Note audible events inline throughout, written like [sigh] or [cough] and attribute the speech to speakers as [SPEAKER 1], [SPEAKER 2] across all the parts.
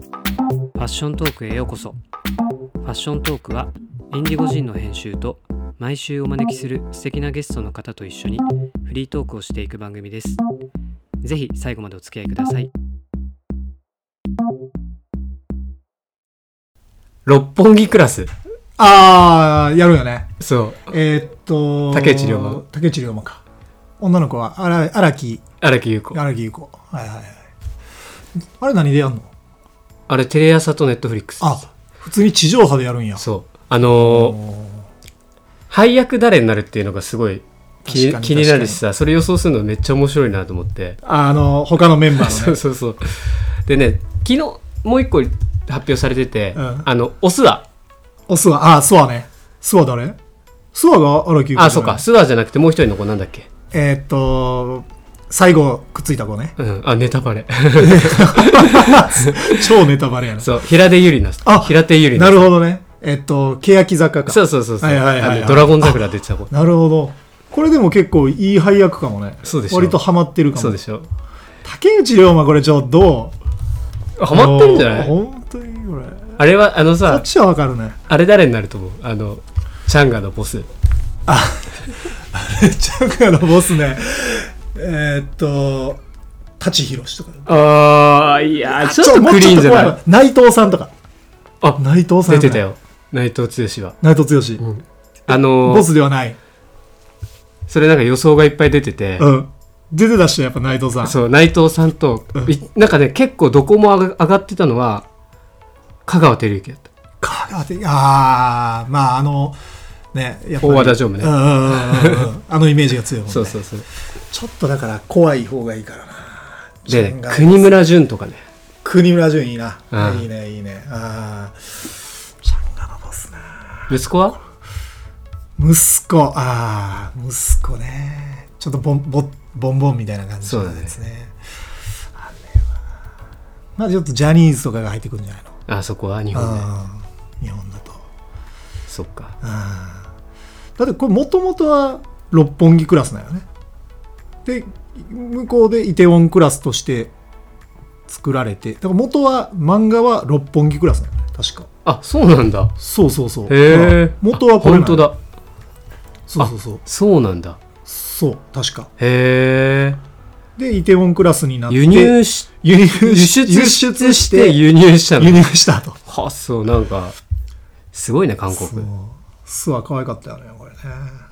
[SPEAKER 1] ァッショントークへようこそファッショントークはインディゴ人の編集と毎週お招きする素敵なゲストの方と一緒にフリートークをしていく番組ですぜひ最後までお付き合いください
[SPEAKER 2] 六本木クラス。
[SPEAKER 3] あー、やるよね。
[SPEAKER 2] そう。
[SPEAKER 3] えーっと、
[SPEAKER 2] 竹内涼真
[SPEAKER 3] 竹内涼真か。女の子は荒荒木、
[SPEAKER 2] 荒木優子。
[SPEAKER 3] 荒木優子。はいはいはい。あれ何でやんの
[SPEAKER 2] あれ、テレ朝とネットフリックス。
[SPEAKER 3] あ、普通に地上波でやるんや。
[SPEAKER 2] そう。あのー
[SPEAKER 3] お
[SPEAKER 2] 配役誰になるっていうのがすごい気
[SPEAKER 3] 確かに
[SPEAKER 2] 気になるしさ、それ予想するのめっちゃ面白いなと思って。
[SPEAKER 3] ーあの、他のメンバー
[SPEAKER 2] そ
[SPEAKER 3] の
[SPEAKER 2] う
[SPEAKER 3] ね。
[SPEAKER 2] そうそう。でね、昨日、もう一個発表されてて、
[SPEAKER 3] うん
[SPEAKER 2] あの、オスワ。
[SPEAKER 3] お、諏訪、あー、諏訪ね。諏訪誰諏訪が荒木優子。
[SPEAKER 2] あ、そうか。。スワじゃなくてもう一人の子なんだっけ。
[SPEAKER 3] えーっと、最後、くっついた子ね
[SPEAKER 2] [laughs] うん。あ、ネタバ
[SPEAKER 3] [laughs]
[SPEAKER 2] レ。
[SPEAKER 3] 超ネタバレやな。
[SPEAKER 2] そう。平手友梨奈さん。
[SPEAKER 3] あ
[SPEAKER 2] 平手友梨
[SPEAKER 3] な
[SPEAKER 2] 奈
[SPEAKER 3] るほどね。えーっと、欅坂か。
[SPEAKER 2] さん。そうそうそうそう。
[SPEAKER 3] はいはいはいはい
[SPEAKER 2] あのドラゴン桜出てた子。
[SPEAKER 3] なるほど。これでも結構いい配役かもね。
[SPEAKER 2] そうでしょ
[SPEAKER 3] 割とハマってるかも。
[SPEAKER 2] そうでしょ。
[SPEAKER 3] 竹内涼真これちょっと
[SPEAKER 2] ハマってるんじゃない
[SPEAKER 3] 本当にこれ
[SPEAKER 2] あれは、あの
[SPEAKER 3] こ
[SPEAKER 2] さ
[SPEAKER 3] っ、ちはわかるね
[SPEAKER 2] あれ誰になると思うあの、チャンガのボス。
[SPEAKER 3] チャンガのボスね [laughs] えーっと舘ひろしとか
[SPEAKER 2] ああ、いや、ちょっと
[SPEAKER 3] もう
[SPEAKER 2] クリーンじゃな
[SPEAKER 3] ちょっ
[SPEAKER 2] い
[SPEAKER 3] と。怖内藤さんとか
[SPEAKER 2] あ
[SPEAKER 3] 内藤さ
[SPEAKER 2] 出
[SPEAKER 3] んやね
[SPEAKER 2] てたよ。内藤剛は。
[SPEAKER 3] 内藤剛、
[SPEAKER 2] あの
[SPEAKER 3] ボ
[SPEAKER 2] ー、
[SPEAKER 3] スではない、
[SPEAKER 2] それなんか予想がいっぱい出てて、
[SPEAKER 3] うん、出てた人はやっぱ内藤さん
[SPEAKER 2] そう、内藤さんと
[SPEAKER 3] うん、
[SPEAKER 2] いなんかね、結構どこも上が上がってたのは、香川照之だった。
[SPEAKER 3] 香川照之ああまああのねやっぱり
[SPEAKER 2] 大和田常務ね
[SPEAKER 3] うんうんうんうんうんあのイメージが強いもん、ね、
[SPEAKER 2] そうそうそう。
[SPEAKER 3] ちょっとだから怖い方がいいからな
[SPEAKER 2] で
[SPEAKER 3] チャン
[SPEAKER 2] ね
[SPEAKER 3] ガ、のボス
[SPEAKER 2] 国村淳とかね。
[SPEAKER 3] 国村淳いいな、
[SPEAKER 2] うん
[SPEAKER 3] いいねいいねああチャンガのボスな
[SPEAKER 2] 息子は
[SPEAKER 3] 息子ああ息子ねちょっとボンボボンボンみたいな感じなんですねあれはまあちょっとジャニーズとかが入ってくるんじゃないの
[SPEAKER 2] あそこは日本ね。
[SPEAKER 3] うん日本だと
[SPEAKER 2] そっか。
[SPEAKER 3] あーだってこれもともとは六本木クラスなんよねで向こうでイテウォンクラスとして作られてだから元は漫画は六本木クラスなんよね確か
[SPEAKER 2] あ、そうなんだ。
[SPEAKER 3] そうそうそう
[SPEAKER 2] へ
[SPEAKER 3] だ
[SPEAKER 2] え
[SPEAKER 3] から。元はこれなん
[SPEAKER 2] 本当だ。
[SPEAKER 3] そうそうそう
[SPEAKER 2] そうなんだ。
[SPEAKER 3] そう確か
[SPEAKER 2] へえ。
[SPEAKER 3] でイテウォンクラスになって
[SPEAKER 2] 輸入し、
[SPEAKER 3] 輸入
[SPEAKER 2] 輸出
[SPEAKER 3] 輸
[SPEAKER 2] し
[SPEAKER 3] 出してて
[SPEAKER 2] 輸入したの
[SPEAKER 3] 輸。入したと
[SPEAKER 2] はそうなんかすごいね韓
[SPEAKER 3] そう
[SPEAKER 2] 国
[SPEAKER 3] スワ可愛かったよねこれね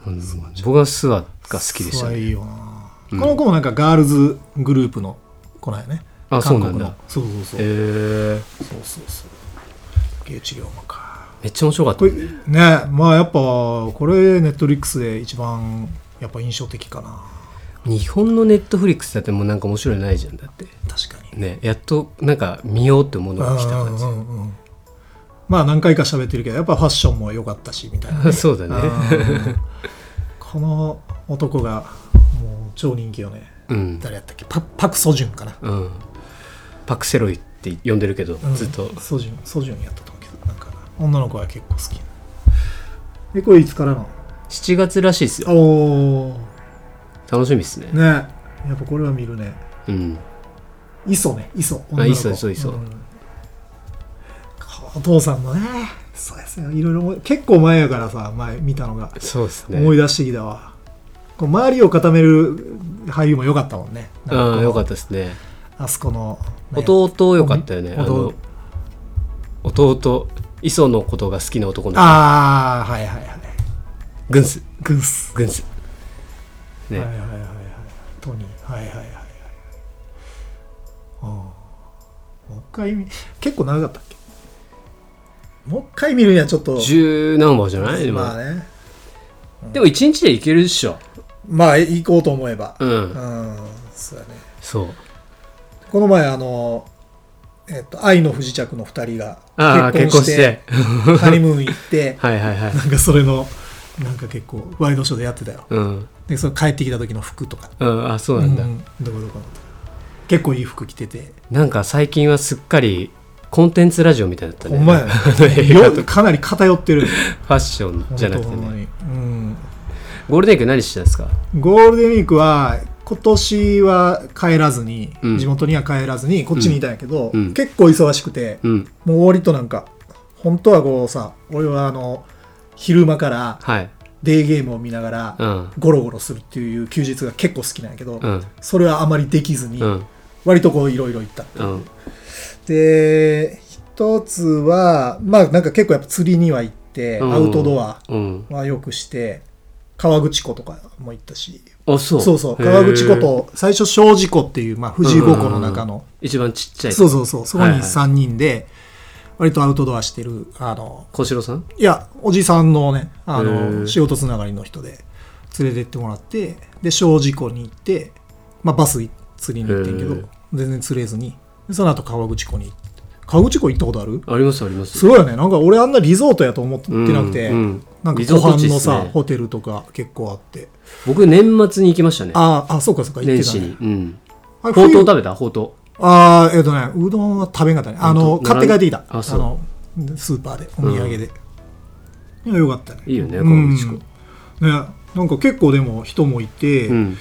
[SPEAKER 2] うん僕はスワが好きでし
[SPEAKER 3] ス
[SPEAKER 2] た
[SPEAKER 3] ワ
[SPEAKER 2] ね
[SPEAKER 3] いいよな、この子もなんかガールズグループの子なんやね
[SPEAKER 2] あそうなんだ
[SPEAKER 3] 韓国のそうそうそう、
[SPEAKER 2] へえ
[SPEAKER 3] そうそうそう竹内涼真か
[SPEAKER 2] めっちゃ面白かった
[SPEAKER 3] これねまあやっぱこれネットリックスで一番やっぱ印象的かな
[SPEAKER 2] 日本のネットフリックスだってもうなんか面白いのないじゃんだって
[SPEAKER 3] 確かに
[SPEAKER 2] ねやっとなんか見ようってものが来た感じ
[SPEAKER 3] うんうんうんうんまあ何回か喋ってるけどやっぱファッションも良かったしみたい [laughs]
[SPEAKER 2] [laughs]
[SPEAKER 3] な
[SPEAKER 2] そうだね
[SPEAKER 3] うんこの男がもう超人気よね
[SPEAKER 2] うん、
[SPEAKER 3] 誰やったっけパパク・ソジュンかな
[SPEAKER 2] うん、パクセロイって呼んでるけど、ずっと
[SPEAKER 3] うんソジュンソジュンやったと思うけどなんか女の子は結構好きえこれいつからの
[SPEAKER 2] 7月らしいですよ
[SPEAKER 3] おお
[SPEAKER 2] 楽しみですね
[SPEAKER 3] ねやっぱこれは見るね
[SPEAKER 2] うん
[SPEAKER 3] 磯ね磯
[SPEAKER 2] あ磯磯磯
[SPEAKER 3] お父さんのねそうですよいろいろ思い結構前やからさ前見たのが
[SPEAKER 2] そうですね
[SPEAKER 3] 思い出してきたわ、こう周りを固める俳優も良かったもんね
[SPEAKER 2] うんよか
[SPEAKER 3] っ
[SPEAKER 2] ったですね
[SPEAKER 3] たあそこの、ね、
[SPEAKER 2] 弟よかったよねあの
[SPEAKER 3] 弟
[SPEAKER 2] 弟磯のことが好きな男の子
[SPEAKER 3] ああはいはいはい
[SPEAKER 2] グンス
[SPEAKER 3] グンス、
[SPEAKER 2] グンスね、
[SPEAKER 3] はいはいはいはいトニーはいはいはいはいあーもう一回見結構長かったっけもう一回見るにはちょっと
[SPEAKER 2] 十何話じゃない今、
[SPEAKER 3] まあね
[SPEAKER 2] でも一日でいけるっしょ
[SPEAKER 3] まあ行こうと思えば
[SPEAKER 2] うん、
[SPEAKER 3] うん、そうやね
[SPEAKER 2] そう
[SPEAKER 3] この前あのえっと愛の不時着の2人が
[SPEAKER 2] ああ結婚
[SPEAKER 3] 結婚
[SPEAKER 2] し
[SPEAKER 3] して
[SPEAKER 2] て
[SPEAKER 3] ハニムーン行って
[SPEAKER 2] はいはいはい
[SPEAKER 3] なんかそれのなんか結構ワイドショーでやってたよ
[SPEAKER 2] うん、
[SPEAKER 3] でその帰ってきた時の服とか
[SPEAKER 2] うん、あそうなんだ、
[SPEAKER 3] うんどこどこの結構いい服着てて
[SPEAKER 2] なんか最近はすっかりコンテンツラジオみたいだったね
[SPEAKER 3] ほんまやな
[SPEAKER 2] [laughs] 映画
[SPEAKER 3] よ
[SPEAKER 2] と
[SPEAKER 3] うかなり偏ってる
[SPEAKER 2] ファッションじゃなくて
[SPEAKER 3] 本当ほんま
[SPEAKER 2] ね
[SPEAKER 3] にうん
[SPEAKER 2] ゴールデンウィーク何してたんですか
[SPEAKER 3] ゴールデンウィークは今年は帰らずに、
[SPEAKER 2] うん
[SPEAKER 3] 地元には帰らずにこっちにいたんやけど、
[SPEAKER 2] うん
[SPEAKER 3] 結構忙しくて、
[SPEAKER 2] うん。
[SPEAKER 3] もう割となんか本当はこうさ俺はあの昼間から
[SPEAKER 2] はい。
[SPEAKER 3] デーゲームを見ながら
[SPEAKER 2] うん。
[SPEAKER 3] ゴロゴロするっていう休日が結構好きなんやけど、
[SPEAKER 2] うん。
[SPEAKER 3] それはあまりできずに、
[SPEAKER 2] うん。
[SPEAKER 3] 割とこういろいろ行った
[SPEAKER 2] うん。
[SPEAKER 3] で一つはまあなんか結構やっぱ釣りには行って、
[SPEAKER 2] うん
[SPEAKER 3] アウトドア
[SPEAKER 2] うん。
[SPEAKER 3] はよくして川口湖とかも行ったし
[SPEAKER 2] あ、そう。
[SPEAKER 3] そうそう
[SPEAKER 2] へー
[SPEAKER 3] 川口湖。と最初庄司湖っていう、まあ、富士五湖の中の、
[SPEAKER 2] 一番ちっちゃい。
[SPEAKER 3] そうそうそうそこ
[SPEAKER 2] はい
[SPEAKER 3] に
[SPEAKER 2] はい
[SPEAKER 3] 3人で割とアウトドアしてるあの
[SPEAKER 2] 小四郎さん
[SPEAKER 3] いやおじさんのねあ
[SPEAKER 2] へえ
[SPEAKER 3] の仕事つながりの人で連れてってもらってで庄司湖に行って、まあ、バス釣りに行ってんけ
[SPEAKER 2] へえ
[SPEAKER 3] ど全然釣れずにでその後川口湖に行って川口湖行ったことある
[SPEAKER 2] ありますあります。
[SPEAKER 3] すごいよねなんか俺あんなリゾートやと思って
[SPEAKER 2] うん
[SPEAKER 3] なくて、
[SPEAKER 2] うん
[SPEAKER 3] なんか
[SPEAKER 2] リゾー
[SPEAKER 3] 湖
[SPEAKER 2] ト地
[SPEAKER 3] 畔
[SPEAKER 2] っすね
[SPEAKER 3] のさ、ホテルとか結構あって
[SPEAKER 2] 僕、年末に行きましたね。
[SPEAKER 3] あああそうかそうか行っ
[SPEAKER 2] 年
[SPEAKER 3] てた
[SPEAKER 2] 始
[SPEAKER 3] ね
[SPEAKER 2] に。うん。
[SPEAKER 3] あ
[SPEAKER 2] ほ
[SPEAKER 3] れ
[SPEAKER 2] うとう
[SPEAKER 3] 冬
[SPEAKER 2] 食べたほうと
[SPEAKER 3] ああ、えっとね、うどんは食べんかったね。あ
[SPEAKER 2] ほ
[SPEAKER 3] の、
[SPEAKER 2] んと並
[SPEAKER 3] 買
[SPEAKER 2] ん
[SPEAKER 3] って帰ってきた。
[SPEAKER 2] あ
[SPEAKER 3] あ
[SPEAKER 2] そう
[SPEAKER 3] の、スーパーで、お土産で。いやよかったね。
[SPEAKER 2] う。いいよね、
[SPEAKER 3] う
[SPEAKER 2] こ
[SPEAKER 3] ん
[SPEAKER 2] の地区
[SPEAKER 3] ね。、なんか結構でも人もいて、
[SPEAKER 2] うん。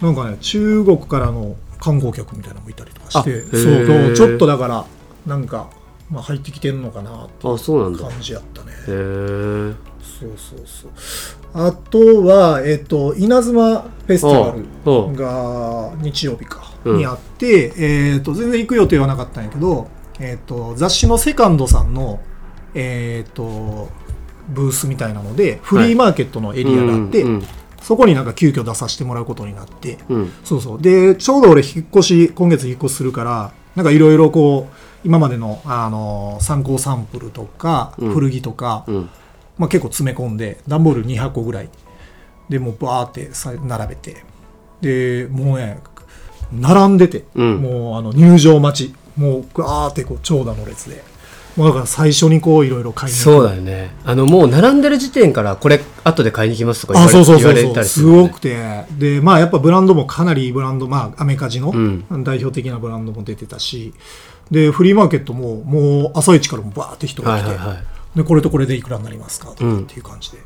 [SPEAKER 3] なんかね、中国からの観光客みたいなのもいたりとかし
[SPEAKER 2] あへ
[SPEAKER 3] て、
[SPEAKER 2] ー
[SPEAKER 3] そう、だからちょっとだから、なんか、まあ、入ってきてんのかなってい
[SPEAKER 2] あ、そうな
[SPEAKER 3] うん
[SPEAKER 2] だ。へ
[SPEAKER 3] 感じやったね。
[SPEAKER 2] え。
[SPEAKER 3] そうそうそう。あとは、えっと、稲妻フェスティバル。
[SPEAKER 2] ああ
[SPEAKER 3] が日曜日か
[SPEAKER 2] うん
[SPEAKER 3] にあって、えー、と全然行く予定はなかったんやけど、えー、と雑誌の「セカンドさんの、えー、とブースみたいなのでフリーマーケットのエリアがあって、
[SPEAKER 2] うん
[SPEAKER 3] そこになんか急遽出させてもらうことになって
[SPEAKER 2] うん
[SPEAKER 3] そうそうでちょうど俺引っ越し今月引っ越しするからなんかいろいろこう今までの、あの参考サンプルとか
[SPEAKER 2] うん
[SPEAKER 3] 古着とか、
[SPEAKER 2] うんうん
[SPEAKER 3] まあ、結構詰め込んで段ボール2箱ぐらいでもうバーってさ並べてでもうね並んでて、
[SPEAKER 2] うん
[SPEAKER 3] もうあの入場待ちもうガーってこう長蛇の列でもうだから最初にこういろいろ買いに行
[SPEAKER 2] そうだよね。あの、もう並んでる時点から、これ、後で買いに行きますとか言
[SPEAKER 3] あ
[SPEAKER 2] わ
[SPEAKER 3] そう
[SPEAKER 2] れ
[SPEAKER 3] そう
[SPEAKER 2] 言
[SPEAKER 3] そ
[SPEAKER 2] わ
[SPEAKER 3] う
[SPEAKER 2] れ
[SPEAKER 3] そ
[SPEAKER 2] た
[SPEAKER 3] う
[SPEAKER 2] りす
[SPEAKER 3] す
[SPEAKER 2] るもん
[SPEAKER 3] ご
[SPEAKER 2] ね。
[SPEAKER 3] くてでまあやっぱブランドもかなりいいブランドまあアメカジの
[SPEAKER 2] うん
[SPEAKER 3] 代表的なブランドも出てたし、でフリーマーケットももう朝一からもうバーって人が
[SPEAKER 2] はい
[SPEAKER 3] 来て、
[SPEAKER 2] はいはい。
[SPEAKER 3] でこれとこれでいくらになりますかとかっていう感じで、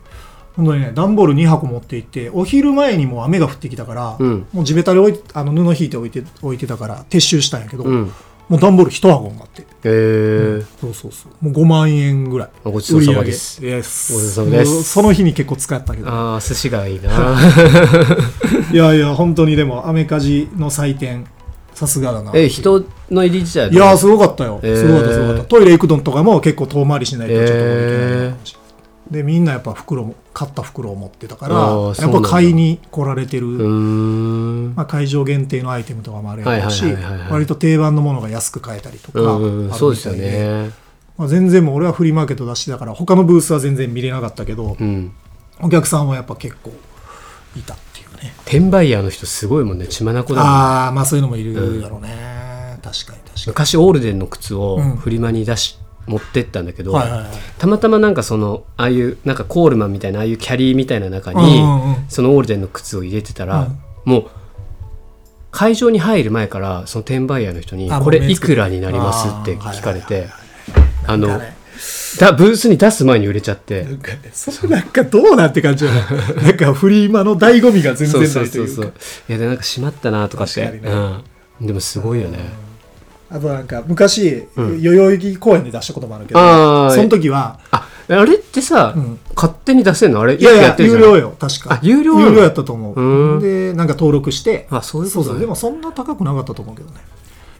[SPEAKER 3] 本当にね段ボール2箱持って行ってお昼前にもう雨が降ってきたから、
[SPEAKER 2] うん
[SPEAKER 3] もう地べたに置いあの布引いて置いて置いてたから撤収したんやけど、
[SPEAKER 2] うん。
[SPEAKER 3] もう段ボール1箱になって
[SPEAKER 2] へえ。
[SPEAKER 3] そうそうそうもう5万円ぐらい
[SPEAKER 2] ごちそうさまです
[SPEAKER 3] 売り上げイエス
[SPEAKER 2] ごちそうさまです
[SPEAKER 3] もうその日に結構使ったけど
[SPEAKER 2] ああ、寿司がいいな。
[SPEAKER 3] [laughs] いやいや本当にでもアメカジの祭典さすがだな
[SPEAKER 2] え、人の入り自体
[SPEAKER 3] いやーすごかったよ、
[SPEAKER 2] えー
[SPEAKER 3] すごかったすごかったトイレ行くのとかも結構遠回りしないとちょっと行けない感じ、でみんなやっぱ袋も買った袋を持ってたから
[SPEAKER 2] あーそう
[SPEAKER 3] や
[SPEAKER 2] な
[SPEAKER 3] っ
[SPEAKER 2] んだ
[SPEAKER 3] ぱ買いに来られてる、
[SPEAKER 2] うーん。
[SPEAKER 3] まあ、会場限定のアイテムとかもあるやろうし
[SPEAKER 2] はいはいはいはい
[SPEAKER 3] 割と定番のものが安く買えたりとか、
[SPEAKER 2] うんうんうん、
[SPEAKER 3] あるみたい
[SPEAKER 2] そうですよね。
[SPEAKER 3] まあ、全然もう俺はフリーマーケット出しだから他のブースは全然見れなかったけど、
[SPEAKER 2] うん。
[SPEAKER 3] お客さんはやっぱ結構いたっていうね
[SPEAKER 2] 転売ヤーの人すごいもんね、血眼だもんね
[SPEAKER 3] ああまあそういうのもいるだろうね、確かに確か
[SPEAKER 2] 昔オールデンの靴を
[SPEAKER 3] うん
[SPEAKER 2] フリマに出し、持ってったんだけど、
[SPEAKER 3] にはいはいはい
[SPEAKER 2] たまたまなんかそのああいうなんかコールマンみたいなああいうキャリーみたいな中に、
[SPEAKER 3] うんうんうん
[SPEAKER 2] そのオールデンの靴を入れてたら、
[SPEAKER 3] うん
[SPEAKER 2] もう会場に入る前からその転売ヤーの人に
[SPEAKER 3] あ
[SPEAKER 2] 「これ
[SPEAKER 3] もう目
[SPEAKER 2] い
[SPEAKER 3] つけて
[SPEAKER 2] くらになります?」って聞かれてあの
[SPEAKER 3] なんかね
[SPEAKER 2] だブースに出す前に売れちゃって
[SPEAKER 3] なんかねそれなんかどうなんて
[SPEAKER 2] [laughs]
[SPEAKER 3] 感じよねなんかフリーマの醍醐味が全然
[SPEAKER 2] そうそ
[SPEAKER 3] な
[SPEAKER 2] う
[SPEAKER 3] いと
[SPEAKER 2] そ
[SPEAKER 3] いうう
[SPEAKER 2] そう
[SPEAKER 3] か
[SPEAKER 2] いやでなんか閉まったなとかって、
[SPEAKER 3] 確かに
[SPEAKER 2] うん、でもすごいよね、
[SPEAKER 3] あとなんか昔、
[SPEAKER 2] うん
[SPEAKER 3] 代々木公園で出したこともあるけど
[SPEAKER 2] あー
[SPEAKER 3] その時は
[SPEAKER 2] ああれってさ、
[SPEAKER 3] うん
[SPEAKER 2] 勝手に出せんのあれ
[SPEAKER 3] いやい
[SPEAKER 2] よく
[SPEAKER 3] や
[SPEAKER 2] ってるじゃ
[SPEAKER 3] 有
[SPEAKER 2] ない
[SPEAKER 3] 料よ確か
[SPEAKER 2] あ有料なの
[SPEAKER 3] やったと思
[SPEAKER 2] う
[SPEAKER 3] うんでなんか登録して
[SPEAKER 2] あそういうことね
[SPEAKER 3] そうでもそんな高くなかったと思うけどね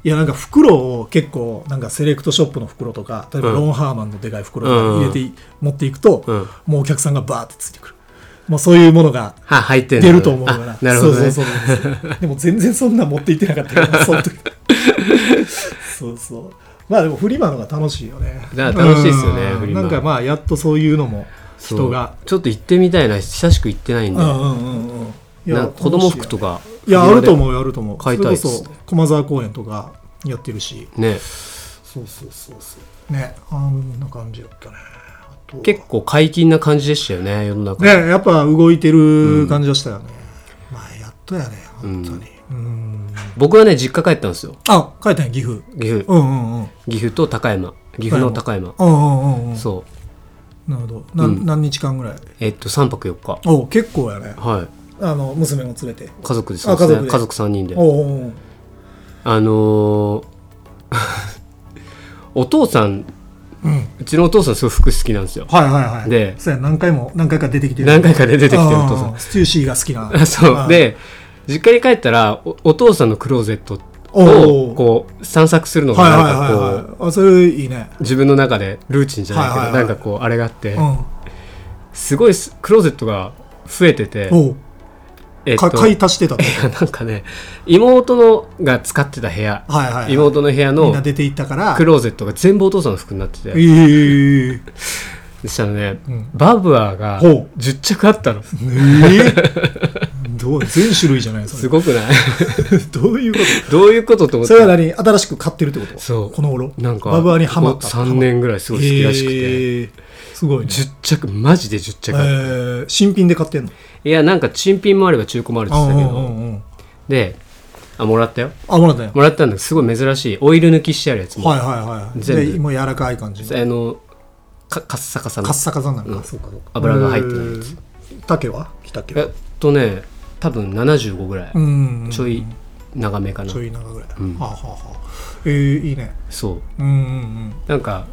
[SPEAKER 3] いやなんか袋を結構なんかセレクトショップの袋とか例えば
[SPEAKER 2] うん
[SPEAKER 3] ロンハーマンのでかい袋とか入れて、持っていくと、
[SPEAKER 2] うん
[SPEAKER 3] もうお客さんがバーってついてくるもうそういうものが
[SPEAKER 2] は入ってんの
[SPEAKER 3] 出ると思うから
[SPEAKER 2] あなるほど、ね、
[SPEAKER 3] そうそうそうそうでも全然そんな持っていってなかったけどそ
[SPEAKER 2] [laughs]
[SPEAKER 3] の時そうそうまあでもフリマのが楽しいよね
[SPEAKER 2] だから楽しいっすよね
[SPEAKER 3] うん
[SPEAKER 2] フリマ
[SPEAKER 3] なんかまあやっとそういうのも
[SPEAKER 2] そう
[SPEAKER 3] 人が
[SPEAKER 2] ちょっと行ってみたいな久しく行ってないん
[SPEAKER 3] う
[SPEAKER 2] で、
[SPEAKER 3] んうんうんうんいや
[SPEAKER 2] なんか子供服とか
[SPEAKER 3] いやあると思うよあると思う
[SPEAKER 2] 買いたいっす
[SPEAKER 3] そ
[SPEAKER 2] ね
[SPEAKER 3] れこそ駒沢公園とかやってるし
[SPEAKER 2] ね
[SPEAKER 3] そうそうそうそうねあんな感じだったねあとは
[SPEAKER 2] 結構解禁な感じでしたよね世の中、
[SPEAKER 3] ねやっぱ動いてる感じはしたよね、まあやっとやね本当にうん
[SPEAKER 2] 僕はね実家帰ったんですよ
[SPEAKER 3] あ書いたんや岐阜
[SPEAKER 2] 岐阜
[SPEAKER 3] うんうんうん
[SPEAKER 2] 岐阜と高山岐阜の高山
[SPEAKER 3] うんうんうんうん
[SPEAKER 2] そう
[SPEAKER 3] なるほどな、
[SPEAKER 2] うん
[SPEAKER 3] 何日間ぐらい
[SPEAKER 2] えっと3泊4日
[SPEAKER 3] お結構やね
[SPEAKER 2] は
[SPEAKER 3] あの娘も連れて
[SPEAKER 2] 家族です
[SPEAKER 3] あ家
[SPEAKER 2] 家
[SPEAKER 3] 族
[SPEAKER 2] 族
[SPEAKER 3] で
[SPEAKER 2] 家族3人で
[SPEAKER 3] おうおうおう
[SPEAKER 2] あのー [laughs] お父さん
[SPEAKER 3] うん
[SPEAKER 2] うちのお父さんすごい服好きなんですよ
[SPEAKER 3] はいはいはい
[SPEAKER 2] で
[SPEAKER 3] そうや何回も何回か出てきてる
[SPEAKER 2] 何回かで出てきてるお父
[SPEAKER 3] あ
[SPEAKER 2] さ
[SPEAKER 3] ースチューシーが好きな
[SPEAKER 2] ん [laughs] そ
[SPEAKER 3] あー
[SPEAKER 2] うで実家に帰ったらおお父さんのクローゼット
[SPEAKER 3] お
[SPEAKER 2] を
[SPEAKER 3] う
[SPEAKER 2] こう散策するのが
[SPEAKER 3] はいはい
[SPEAKER 2] なんかこう、
[SPEAKER 3] はいはいあそれいいね
[SPEAKER 2] 自分の中でルーチンじゃないけど、
[SPEAKER 3] はいはいはい
[SPEAKER 2] なんかこうあれがあって、
[SPEAKER 3] うん
[SPEAKER 2] すごいすクローゼットが増えてて、
[SPEAKER 3] おう
[SPEAKER 2] えっ
[SPEAKER 3] か
[SPEAKER 2] と、
[SPEAKER 3] 買い足してたってこ
[SPEAKER 2] なんかね妹のが使ってた部屋
[SPEAKER 3] とはいはいはい
[SPEAKER 2] 妹の部屋
[SPEAKER 3] みん
[SPEAKER 2] の
[SPEAKER 3] な出ていったから
[SPEAKER 2] クローゼットが全部お父さんの服になってて
[SPEAKER 3] ええ
[SPEAKER 2] そしたらね
[SPEAKER 3] うん
[SPEAKER 2] バブアーが
[SPEAKER 3] ほう
[SPEAKER 2] 10着あったの
[SPEAKER 3] えーどう全種類じゃない
[SPEAKER 2] す
[SPEAKER 3] それ
[SPEAKER 2] ごくない [laughs]
[SPEAKER 3] [laughs] どういうこ
[SPEAKER 2] どういうことと思
[SPEAKER 3] と
[SPEAKER 2] っ
[SPEAKER 3] それは
[SPEAKER 2] て
[SPEAKER 3] 何新しく買ってるってこと
[SPEAKER 2] そう
[SPEAKER 3] この頃
[SPEAKER 2] なんか
[SPEAKER 3] バブアにハマった
[SPEAKER 2] 3年ぐらいすごい好きらしくて、
[SPEAKER 3] えーすごいね
[SPEAKER 2] 10着マジで10着あった、
[SPEAKER 3] えー新品で買ってんの
[SPEAKER 2] いやなんか珍品もあれば中古もあるって言ってたけど、
[SPEAKER 3] うんうんうん
[SPEAKER 2] であもらったよ
[SPEAKER 3] あもらったよ
[SPEAKER 2] もらったんだけどすごい珍しいオイル抜きしてあるやつも、
[SPEAKER 3] はいはいはい
[SPEAKER 2] 全部
[SPEAKER 3] でもう柔らかい感じ
[SPEAKER 2] あのかカッサカサの
[SPEAKER 3] カッサカサなの
[SPEAKER 2] う
[SPEAKER 3] か
[SPEAKER 2] んそうかそうか油が入ってないやつ
[SPEAKER 3] つ竹は北竹
[SPEAKER 2] えっ
[SPEAKER 3] は
[SPEAKER 2] とね多分75ぐらい、
[SPEAKER 3] うん
[SPEAKER 2] ちょい長めかな
[SPEAKER 3] ちょい長ぐらい、
[SPEAKER 2] うん
[SPEAKER 3] はあはあはあえー、いいね
[SPEAKER 2] そう
[SPEAKER 3] うんうん
[SPEAKER 2] なんか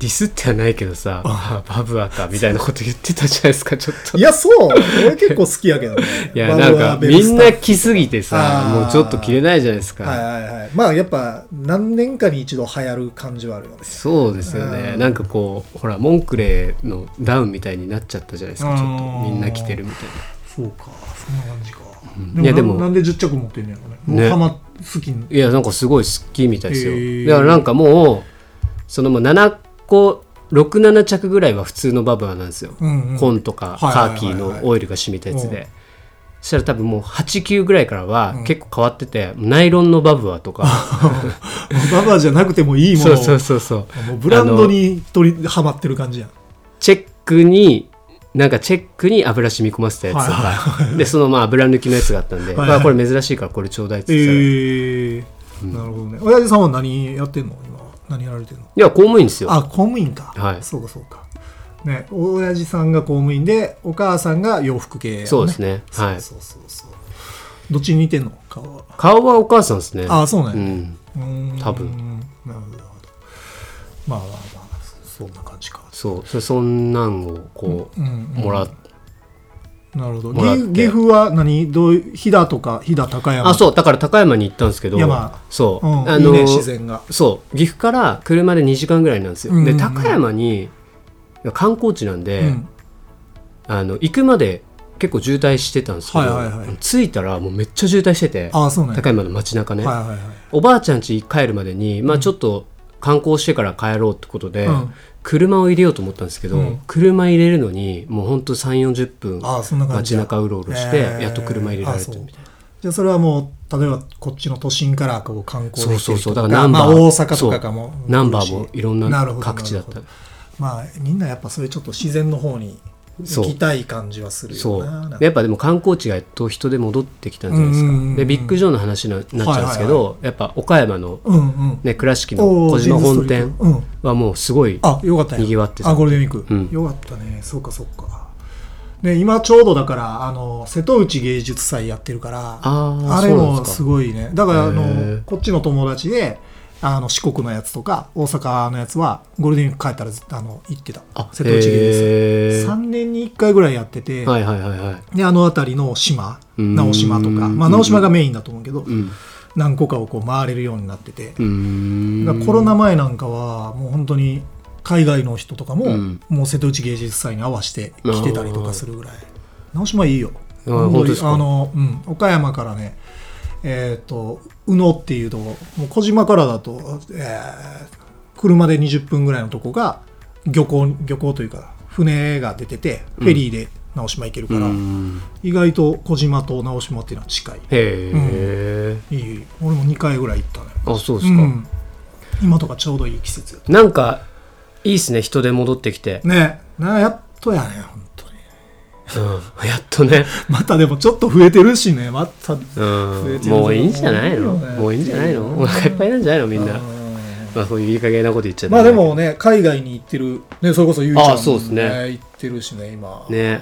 [SPEAKER 2] ディスってはないけどさあバブアかみたいなこと言ってたじゃないですかちょっ
[SPEAKER 3] う
[SPEAKER 2] と
[SPEAKER 3] んいやそう俺結構好きやけどね
[SPEAKER 2] [laughs] いや
[SPEAKER 3] バブ
[SPEAKER 2] なん
[SPEAKER 3] は
[SPEAKER 2] か
[SPEAKER 3] ベル
[SPEAKER 2] み
[SPEAKER 3] ス
[SPEAKER 2] ん
[SPEAKER 3] タ
[SPEAKER 2] な
[SPEAKER 3] ー
[SPEAKER 2] 来すぎてさ
[SPEAKER 3] あー
[SPEAKER 2] もうちょっと着れないじゃないですか、
[SPEAKER 3] はいはいはいまあやっぱ何年かに一度流行る感じはあるよね
[SPEAKER 2] そうですよね
[SPEAKER 3] うん
[SPEAKER 2] なんかこうほらモンクレーのダウンみたいになっちゃったじゃないですかちょっと
[SPEAKER 3] うん
[SPEAKER 2] みんな着てるみたいな
[SPEAKER 3] そうかそんな感じか、
[SPEAKER 2] んいやでも
[SPEAKER 3] ななんで10着持ってんのやろねもう
[SPEAKER 2] ね
[SPEAKER 3] ハマ好きに
[SPEAKER 2] いやなんかすごい好きみたいですよ、
[SPEAKER 3] へー
[SPEAKER 2] だからなんかもうそのもう7個67着ぐらいは普通のバブアーなんですよ、
[SPEAKER 3] うんうん
[SPEAKER 2] 紺とか
[SPEAKER 3] はいはいはい
[SPEAKER 2] カ
[SPEAKER 3] は
[SPEAKER 2] ー
[SPEAKER 3] い
[SPEAKER 2] キーのオイルが染みたやつ
[SPEAKER 3] うん
[SPEAKER 2] でそしたら多分もう89ぐらいからは
[SPEAKER 3] ん
[SPEAKER 2] 結構変わってて、ナイロンのバブアーと
[SPEAKER 3] [laughs]
[SPEAKER 2] か
[SPEAKER 3] ババアじゃなくてもいいもの
[SPEAKER 2] そ
[SPEAKER 3] を
[SPEAKER 2] うそうそうそう
[SPEAKER 3] もうブランドに取りハマってる感じやん
[SPEAKER 2] チェックになんかチェックに油染み込ませたやつと
[SPEAKER 3] はい
[SPEAKER 2] かでそのまあ油抜きのやつがあったんで、
[SPEAKER 3] はいはい
[SPEAKER 2] まあこれ珍しいからこれちょうだいっつっ
[SPEAKER 3] え
[SPEAKER 2] て言ったら、
[SPEAKER 3] ーなるほどね親父さんは何やってんの今何やられてんの
[SPEAKER 2] いや公務員ですよ
[SPEAKER 3] あ公務員か、
[SPEAKER 2] はい
[SPEAKER 3] そうかそうかね親父さんが公務員でお母さんが洋服系やもんね
[SPEAKER 2] そうですねはい
[SPEAKER 3] そうそうそうそうどっちに似てんの顔は
[SPEAKER 2] 顔はお母さんですね
[SPEAKER 3] ああそうなん
[SPEAKER 2] う
[SPEAKER 3] やね
[SPEAKER 2] ん
[SPEAKER 3] うーん
[SPEAKER 2] 多分
[SPEAKER 3] なるほどなるほどまあまあまあそそんな感じか
[SPEAKER 2] そうそそんなんをこ
[SPEAKER 3] うん、
[SPEAKER 2] う
[SPEAKER 3] うん
[SPEAKER 2] もらっ
[SPEAKER 3] なるほど
[SPEAKER 2] もらって
[SPEAKER 3] 岐岐阜は何どういう飛騨とか飛騨高山
[SPEAKER 2] あそうだから高山に行ったんですけど
[SPEAKER 3] 山
[SPEAKER 2] そう、
[SPEAKER 3] うん
[SPEAKER 2] あ
[SPEAKER 3] い
[SPEAKER 2] の
[SPEAKER 3] いね自然が
[SPEAKER 2] そう岐阜から車で2時間ぐらいなんですよ、
[SPEAKER 3] うんうんう
[SPEAKER 2] で
[SPEAKER 3] ん
[SPEAKER 2] 高山に観光地なんで、
[SPEAKER 3] うん
[SPEAKER 2] あの行くまで結構渋滞してたんですけど、
[SPEAKER 3] はいはいはい
[SPEAKER 2] 着いたらもうめっちゃ渋滞してて
[SPEAKER 3] ああそうなんや
[SPEAKER 2] 高山の街中ね、
[SPEAKER 3] はいはいはい
[SPEAKER 2] おばあちゃん家帰るまでに、まあ、ちょっと観光してから帰ろうってことで、
[SPEAKER 3] うん
[SPEAKER 2] 車を入れようと思ったんですけど、
[SPEAKER 3] うん
[SPEAKER 2] 車入れるのにもうほんと3 4 0分
[SPEAKER 3] ああそんな感じ
[SPEAKER 2] 街
[SPEAKER 3] や
[SPEAKER 2] 中うろうろして、
[SPEAKER 3] へー
[SPEAKER 2] やっと車入れられてみたいな
[SPEAKER 3] あ。そうじゃあそれはもう例えばこっちの都心からこう観光でき
[SPEAKER 2] そ
[SPEAKER 3] る
[SPEAKER 2] うそう
[SPEAKER 3] 人
[SPEAKER 2] そうだ
[SPEAKER 3] とか
[SPEAKER 2] からナンバー
[SPEAKER 3] まあ、大阪とかかも
[SPEAKER 2] ナンバーもいろん
[SPEAKER 3] な
[SPEAKER 2] な
[SPEAKER 3] るほど
[SPEAKER 2] 各地だった
[SPEAKER 3] なるまあみんなやっぱそういうちょっと自然の方に行きたい感じはするよ
[SPEAKER 2] そう
[SPEAKER 3] ななんか
[SPEAKER 2] やっぱでも観光地がやっと人で戻ってきたんじゃないですか、
[SPEAKER 3] うんうんうんうん
[SPEAKER 2] でビッグジョーの話になっちゃうんですけど、やっぱ岡山の、
[SPEAKER 3] うんうん
[SPEAKER 2] ね、倉敷
[SPEAKER 3] お
[SPEAKER 2] の
[SPEAKER 3] ー
[SPEAKER 2] 小島本
[SPEAKER 3] ジーン
[SPEAKER 2] 店
[SPEAKER 3] ズストリートうん
[SPEAKER 2] はもうすごい
[SPEAKER 3] あよかったよ
[SPEAKER 2] にぎわってた
[SPEAKER 3] あゴールデンウィーク、
[SPEAKER 2] うん
[SPEAKER 3] よかったねそうかそうかね今ちょうどだからあの瀬戸内芸術祭やってるから
[SPEAKER 2] あー
[SPEAKER 3] れ
[SPEAKER 2] そうなん
[SPEAKER 3] も
[SPEAKER 2] ですか
[SPEAKER 3] すごいねだからあ
[SPEAKER 2] へ
[SPEAKER 3] の
[SPEAKER 2] ー
[SPEAKER 3] こっちの友達であの四国のやつとか大阪のやつはゴールデンウィーク帰ったらずあの行ってた
[SPEAKER 2] あ
[SPEAKER 3] 瀬戸内芸術
[SPEAKER 2] へー
[SPEAKER 3] 祭3年に1回ぐらいやってて、
[SPEAKER 2] はいはいはいはい
[SPEAKER 3] であの辺りの島
[SPEAKER 2] うん
[SPEAKER 3] 直島とか、まあ、
[SPEAKER 2] うん
[SPEAKER 3] 直島がメインだと思うけど、
[SPEAKER 2] うん
[SPEAKER 3] 何個かをこう回れるようになってて、
[SPEAKER 2] うー
[SPEAKER 3] だか
[SPEAKER 2] ん
[SPEAKER 3] らコロナ前なんかはもう本当に海外の人とかも、
[SPEAKER 2] うん
[SPEAKER 3] もう瀬戸内芸術祭に合わせて来てたりとかするぐらい直島いいよ
[SPEAKER 2] あー本当ですか
[SPEAKER 3] あの、うん、岡山からねえっ、と宇野っていうとこもう小島からだと、えー車で20分ぐらいのとこが漁港漁港というか船が出ててフェリーで直島行けるか
[SPEAKER 2] う
[SPEAKER 3] ら、
[SPEAKER 2] ん
[SPEAKER 3] 意外と小島と直島っていうのは近い
[SPEAKER 2] へえ、
[SPEAKER 3] いいいい俺も2回ぐらい行ったね
[SPEAKER 2] あそうですか、
[SPEAKER 3] うん今とかちょうどいい季節や
[SPEAKER 2] なんかいいっすね人で戻ってきて、
[SPEAKER 3] ねなやっとやね本当に
[SPEAKER 2] うん、やっとね、
[SPEAKER 3] またでもちょっと増えてるしねまた
[SPEAKER 2] う
[SPEAKER 3] [laughs] 増
[SPEAKER 2] ん
[SPEAKER 3] えて、る
[SPEAKER 2] もういいんじゃないの
[SPEAKER 3] もういいよね
[SPEAKER 2] もういいんじゃないのお腹いっぱいなんじゃないのみんな、まあそういういい加減なこと言っちゃダ
[SPEAKER 3] まあ
[SPEAKER 2] メ
[SPEAKER 3] でもね海外に行ってるねそれこそゆいちゃん
[SPEAKER 2] あそうですね
[SPEAKER 3] 行ってるしね今
[SPEAKER 2] ね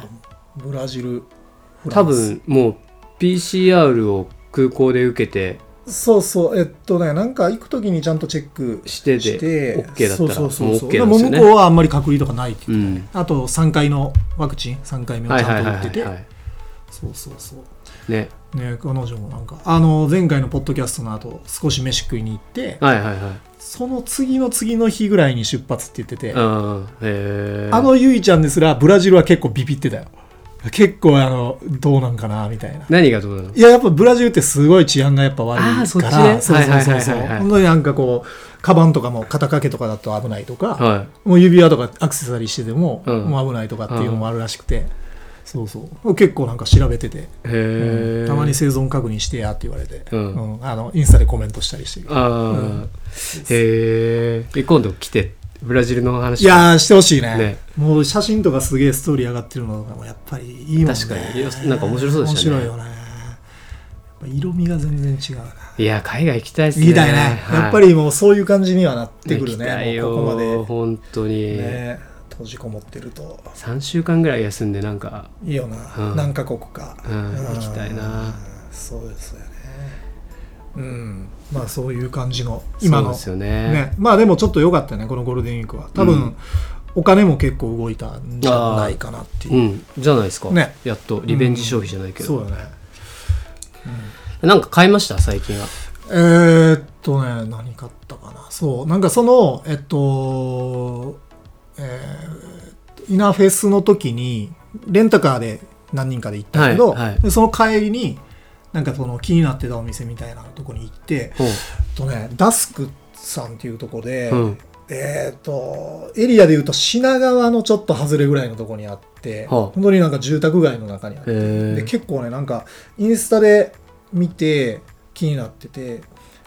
[SPEAKER 3] ブラジルフラ
[SPEAKER 2] 多
[SPEAKER 3] ンス
[SPEAKER 2] 分もう PCR を空港で受けて
[SPEAKER 3] そうそうえっとねなんか行く時にちゃんとチェック
[SPEAKER 2] して
[SPEAKER 3] し
[SPEAKER 2] で
[SPEAKER 3] て
[SPEAKER 2] OK だったら
[SPEAKER 3] そ
[SPEAKER 2] もう
[SPEAKER 3] うそうそうそう
[SPEAKER 2] OK なんですよ
[SPEAKER 3] もう向こ
[SPEAKER 2] ね
[SPEAKER 3] うはあんまり隔離とかないって
[SPEAKER 2] う
[SPEAKER 3] 言って
[SPEAKER 2] ん
[SPEAKER 3] あと3回のワクチン3回目を
[SPEAKER 2] は
[SPEAKER 3] ち
[SPEAKER 2] いは
[SPEAKER 3] ゃ
[SPEAKER 2] い
[SPEAKER 3] んと
[SPEAKER 2] は
[SPEAKER 3] 打って
[SPEAKER 2] い
[SPEAKER 3] て
[SPEAKER 2] はい
[SPEAKER 3] そうそうそう
[SPEAKER 2] ね
[SPEAKER 3] ね彼女もなんかあの前回のポッドキャストの後少し飯食いに行って
[SPEAKER 2] はいはいはい
[SPEAKER 3] その次の次の日ぐらいに出発って言ってて、
[SPEAKER 2] うんへえ
[SPEAKER 3] あのゆいちゃんですらブラジルは結構ビビってたよ結構あのどうなんかなみたいな
[SPEAKER 2] 何がどうなの
[SPEAKER 3] いや、やっぱブラジルってすごい治安がやっぱ悪いから。
[SPEAKER 2] あーそっちね
[SPEAKER 3] そうそうそうそう。
[SPEAKER 2] はいはいはいはい
[SPEAKER 3] 本当になんかこう、カバンとかも肩掛けとかだと危ないとか、
[SPEAKER 2] は
[SPEAKER 3] もう指輪とかアクセサリーしてても、
[SPEAKER 2] うん
[SPEAKER 3] もう危ないとかっていうのもあるらしくて、そうそう。結構なんか調べてて、
[SPEAKER 2] いへえ
[SPEAKER 3] たまに生存確認してやって言われて、
[SPEAKER 2] うん
[SPEAKER 3] うんあのインスタでコメントしたりしてる。
[SPEAKER 2] ああへえ今度来てブラジルの話
[SPEAKER 3] いやー、してほしいね
[SPEAKER 2] ね
[SPEAKER 3] もう写真とかすげえストーリー上がってるのがもうやっぱりいいもんね。
[SPEAKER 2] 確かにいやなんか面白そうでしたね
[SPEAKER 3] 面白いよね。やっぱ色味が全然違うな。
[SPEAKER 2] いや海外行きたいっすね
[SPEAKER 3] みたいね、
[SPEAKER 2] はい
[SPEAKER 3] やっぱりもうそういう感じにはなってくる
[SPEAKER 2] 行きたい
[SPEAKER 3] ね、
[SPEAKER 2] よ
[SPEAKER 3] もうここまで、
[SPEAKER 2] 本当に、
[SPEAKER 3] ね、閉じこもってると
[SPEAKER 2] 3週間ぐらい休んでなんか
[SPEAKER 3] いいよな、
[SPEAKER 2] うん
[SPEAKER 3] 何カ国か、
[SPEAKER 2] うん
[SPEAKER 3] うん
[SPEAKER 2] 行きたいな
[SPEAKER 3] そうですよねうんまあそういう感じの
[SPEAKER 2] 今
[SPEAKER 3] 今
[SPEAKER 2] の
[SPEAKER 3] の
[SPEAKER 2] ですよね
[SPEAKER 3] ねまあでもちょっと良かったよねこのゴールデンウィークは多分、
[SPEAKER 2] うん
[SPEAKER 3] お金も結構動いたんじゃないかなっていう、
[SPEAKER 2] うんじゃないですか、
[SPEAKER 3] ね
[SPEAKER 2] やっとリベンジ消費じゃないけ
[SPEAKER 3] そ
[SPEAKER 2] ど、
[SPEAKER 3] うだね
[SPEAKER 2] なんか買いました最近は
[SPEAKER 3] えー、っとね、何買ったかな。そう、なんかその、えっと、えー、イナフェスの時に、レンタカーで何人かで行ったけど、
[SPEAKER 2] はいはい
[SPEAKER 3] でその帰りに、なんかその気になってたお店みたいなとこに行って、
[SPEAKER 2] ほう
[SPEAKER 3] えっとね、ダスクさんっていうとこで、
[SPEAKER 2] うん
[SPEAKER 3] えーっと、エリアで言うと品川のちょっと外れぐらいのとこにあって、
[SPEAKER 2] はあ
[SPEAKER 3] 本当になんか住宅街の中にあって、
[SPEAKER 2] へ
[SPEAKER 3] で
[SPEAKER 2] え
[SPEAKER 3] 結構ねなんかインスタで見て気になってて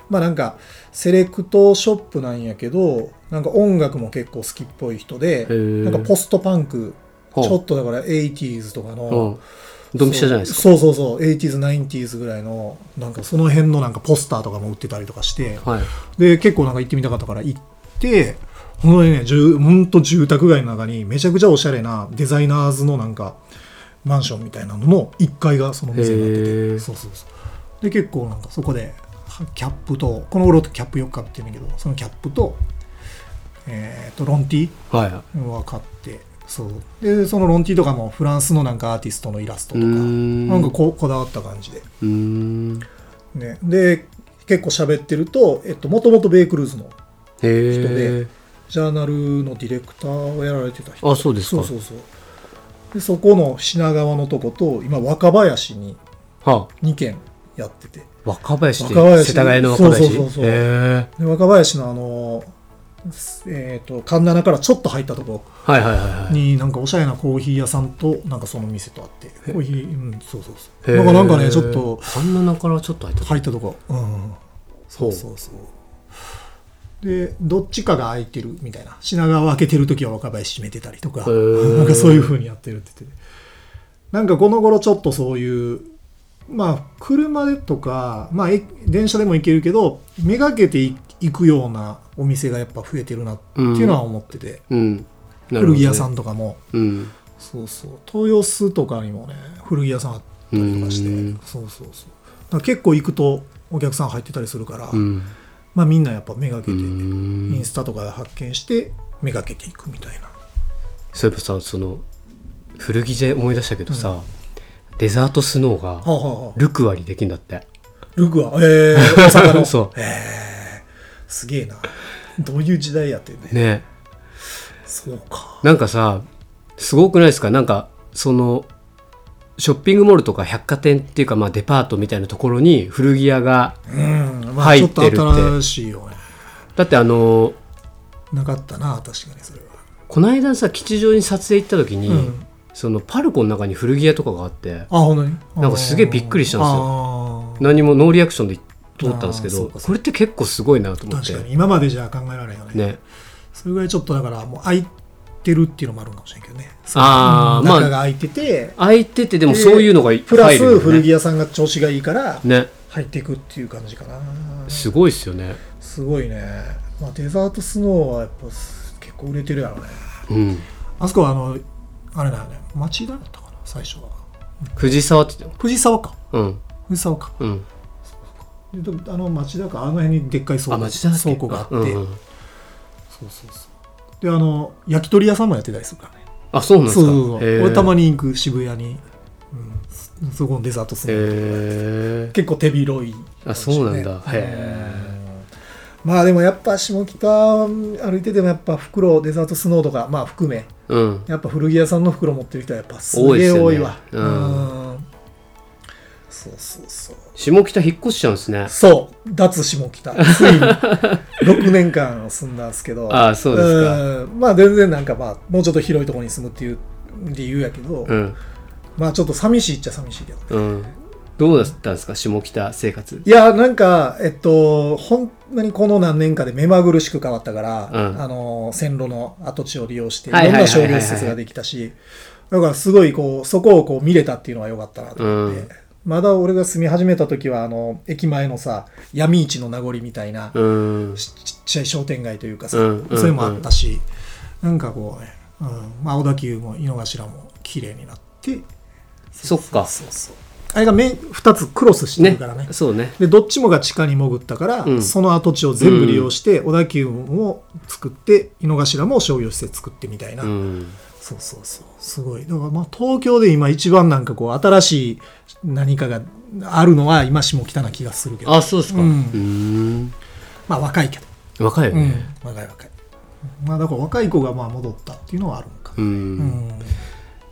[SPEAKER 3] まあなんかセレクトショップなんやけどなんか音楽も結構好きっぽい人で
[SPEAKER 2] ー
[SPEAKER 3] なんかポストパンクち
[SPEAKER 2] ほう
[SPEAKER 3] ょっとだから 80s とか
[SPEAKER 2] う
[SPEAKER 3] の
[SPEAKER 2] んドンピシャじゃないですか
[SPEAKER 3] そうそうそうそう 80s、90s ぐらいのなんかその辺のなんかポスターとかも売ってたりとかして
[SPEAKER 2] はい
[SPEAKER 3] で結構なんか行ってみたかったから行って本当にね住ほんと住宅街の中にめちゃくちゃおしゃれなデザイナーズのなんかマンションみたいなのの1階がその店になって
[SPEAKER 2] へー
[SPEAKER 3] てそうそうそうで結構なんかそこではキャップとこの頃ってキャップよく買ってるんだけどそのキャップと,、えー、とロンティ
[SPEAKER 2] はいは
[SPEAKER 3] は買ってそうでそのロンティとかもフランスのなんかアーティストのイラス
[SPEAKER 2] い
[SPEAKER 3] ト
[SPEAKER 2] う
[SPEAKER 3] とか
[SPEAKER 2] ー
[SPEAKER 3] なんんかここだわった感じで
[SPEAKER 2] うーん
[SPEAKER 3] ねで結構喋ってるとえっともともとベイクルーズの
[SPEAKER 2] へえ
[SPEAKER 3] でジャーナルのディレクターをやられてた人
[SPEAKER 2] あそうですか
[SPEAKER 3] そうそうそうでそこの品川のとこと今若林に
[SPEAKER 2] はあ
[SPEAKER 3] 2軒やってて
[SPEAKER 2] 若林って
[SPEAKER 3] 若林
[SPEAKER 2] 世田谷の若林
[SPEAKER 3] そうそうそうそう
[SPEAKER 2] へえ
[SPEAKER 3] で若林のあのえっ、と神奈からちょっと入ったとこ
[SPEAKER 2] はいはいはいはい
[SPEAKER 3] になんかおしゃれなコーヒー屋さんとなんかその店とあってコーヒーうんそうそうそ
[SPEAKER 2] へ
[SPEAKER 3] う
[SPEAKER 2] ー
[SPEAKER 3] なんかなんかねちょっと
[SPEAKER 2] あんな中からちょっと入った
[SPEAKER 3] 入ったとこうんそうそうそうでどっちかが空いてるみたいな品川開けてる時は若林閉めてたりとか
[SPEAKER 2] ー
[SPEAKER 3] [laughs] なんかそういう風にやってるって言っててなんかこの頃ちょっとそういうまあ車でとか、まあ、え電車でも行けるけどめがけてい行くようなお店がやっぱ増えてるなっていうのは思ってて、
[SPEAKER 2] うん
[SPEAKER 3] 古着屋さ
[SPEAKER 2] ん
[SPEAKER 3] んとかも
[SPEAKER 2] うん
[SPEAKER 3] そうそう東洋巣とかにもね古着屋さんあったりとかして
[SPEAKER 2] うん
[SPEAKER 3] そうそうそうだから結構行くとお客さん入ってたりするから、
[SPEAKER 2] うん
[SPEAKER 3] まあ、みんなやっぱめがけて、
[SPEAKER 2] う
[SPEAKER 3] イ
[SPEAKER 2] ん
[SPEAKER 3] ンスタとかで発見してめがけていくみたいな
[SPEAKER 2] そういえばさその古着で思い出したけどさ、デザートスノーが
[SPEAKER 3] はあ、はあはあ、
[SPEAKER 2] ルクワにできんだって
[SPEAKER 3] ルクはえー、大阪の
[SPEAKER 2] そ
[SPEAKER 3] えーすげえなどういう時代やってんね
[SPEAKER 2] ね
[SPEAKER 3] そうか
[SPEAKER 2] なんかさすごくないですかなんかそのショッピングモールとか百貨店っていうかまあデパートみたいなところに古着屋が
[SPEAKER 3] うんまあち
[SPEAKER 2] 入
[SPEAKER 3] ょ
[SPEAKER 2] っ
[SPEAKER 3] って
[SPEAKER 2] るって
[SPEAKER 3] と新しいよね
[SPEAKER 2] だってあの
[SPEAKER 3] なかったな確かにそれは
[SPEAKER 2] この間さ吉祥寺に撮影行った時に、
[SPEAKER 3] うん
[SPEAKER 2] そのパルコの中に古着屋とかがあって
[SPEAKER 3] あほんとに
[SPEAKER 2] なんかすげえびっくりしたんですよ
[SPEAKER 3] よ
[SPEAKER 2] 何もノーリアクションで通ったんですけ
[SPEAKER 3] あーそ
[SPEAKER 2] ど
[SPEAKER 3] うかそうか
[SPEAKER 2] これって結構すごいなと思っ
[SPEAKER 3] 確か
[SPEAKER 2] て
[SPEAKER 3] に今までじゃ考えられんよね
[SPEAKER 2] ね
[SPEAKER 3] それぐらいちょっとだからもう空いてるっていうのもあるかもしれんけどね
[SPEAKER 2] あー
[SPEAKER 3] うん
[SPEAKER 2] まあ
[SPEAKER 3] 中が空いてて、
[SPEAKER 2] 空いててでもそういうのが入る
[SPEAKER 3] プラス
[SPEAKER 2] よね
[SPEAKER 3] 古着屋さんが調子がいいから
[SPEAKER 2] ね
[SPEAKER 3] 入っていくっていう感じかな
[SPEAKER 2] すごいですよね
[SPEAKER 3] すごいね、まあ、デザートスノーはやっぱす結構売れてるやろね
[SPEAKER 2] うん
[SPEAKER 3] あそこはあのあれだよね町田だったかな最初は
[SPEAKER 2] 藤沢って言って
[SPEAKER 3] 藤沢か
[SPEAKER 2] たの
[SPEAKER 3] 藤沢か
[SPEAKER 2] うんうん
[SPEAKER 3] でどあの町田かあの辺にでっかい倉
[SPEAKER 2] あ
[SPEAKER 3] 庫
[SPEAKER 2] 町田だっけ
[SPEAKER 3] 倉庫があって、
[SPEAKER 2] うんうん
[SPEAKER 3] そうそうそうであの焼き鳥屋さんもやってたりするからね
[SPEAKER 2] あそうなんです
[SPEAKER 3] そう
[SPEAKER 2] か
[SPEAKER 3] そうそう
[SPEAKER 2] へー
[SPEAKER 3] 俺たまに行く渋谷に、うん、そこのデザートする
[SPEAKER 2] へえ
[SPEAKER 3] 結構手広い
[SPEAKER 2] あそうなんだ
[SPEAKER 3] ね
[SPEAKER 2] へ
[SPEAKER 3] まあでもやっぱ下北歩いててもやっぱ袋デザートスノーとかまあ含め
[SPEAKER 2] えうん
[SPEAKER 3] やっぱ古着屋さんの袋持ってる人はやっぱす
[SPEAKER 2] 多い
[SPEAKER 3] げ
[SPEAKER 2] で
[SPEAKER 3] え
[SPEAKER 2] すよね
[SPEAKER 3] 多いわ
[SPEAKER 2] うん
[SPEAKER 3] うんそうそうそう
[SPEAKER 2] 下北引っ越しちゃうんですね
[SPEAKER 3] そう脱下北つ
[SPEAKER 2] [laughs]
[SPEAKER 3] いに6年間住んだんですけど
[SPEAKER 2] あそうですか
[SPEAKER 3] うんまあ全然なんかまあもうちょっと広いところに住むっていう理由やけど、
[SPEAKER 2] うん
[SPEAKER 3] まあちょっと寂しいっちゃ寂しいけどね
[SPEAKER 2] うんどうだったんですか下北生活
[SPEAKER 3] いやなんかえっとほんまにこの何年かで目まぐるしく変わったから、
[SPEAKER 2] うん
[SPEAKER 3] あの線路の跡地を利用してい
[SPEAKER 2] はい
[SPEAKER 3] ろ
[SPEAKER 2] は
[SPEAKER 3] ん
[SPEAKER 2] いはい
[SPEAKER 3] な
[SPEAKER 2] はいはい
[SPEAKER 3] 商業施設ができたしだからすごいこうそこをこう見れたっていうのは良かったなと思って、
[SPEAKER 2] うん
[SPEAKER 3] まだ俺が住み始めた時はあの駅前のさ闇市の名残みたいな、
[SPEAKER 2] うん
[SPEAKER 3] ちちっちゃい商店街というかさ、
[SPEAKER 2] うんうん
[SPEAKER 3] それもあったし、なんかこうね、うんまあ、小田急も井の頭も綺麗になって
[SPEAKER 2] そっか
[SPEAKER 3] そうそうあれが面2つクロスしてる
[SPEAKER 2] ね
[SPEAKER 3] からね
[SPEAKER 2] そうね
[SPEAKER 3] でどっちもが地下に潜ったから、
[SPEAKER 2] うん
[SPEAKER 3] その跡地を全部利用して、小田急も作って井の頭も商業施設作ってみたいな、
[SPEAKER 2] うん
[SPEAKER 3] そうそうそうすごいだからまあ東京で今一番なんかこう新しい何かがあるのは今下北な気がするけど
[SPEAKER 2] あそうですかう
[SPEAKER 3] うん
[SPEAKER 2] ん
[SPEAKER 3] まあ若いけど、
[SPEAKER 2] 若いよ
[SPEAKER 3] うん
[SPEAKER 2] ね
[SPEAKER 3] 若い若いまあだから若い子がまあ戻ったっていうのはあるのか
[SPEAKER 2] う
[SPEAKER 3] うんん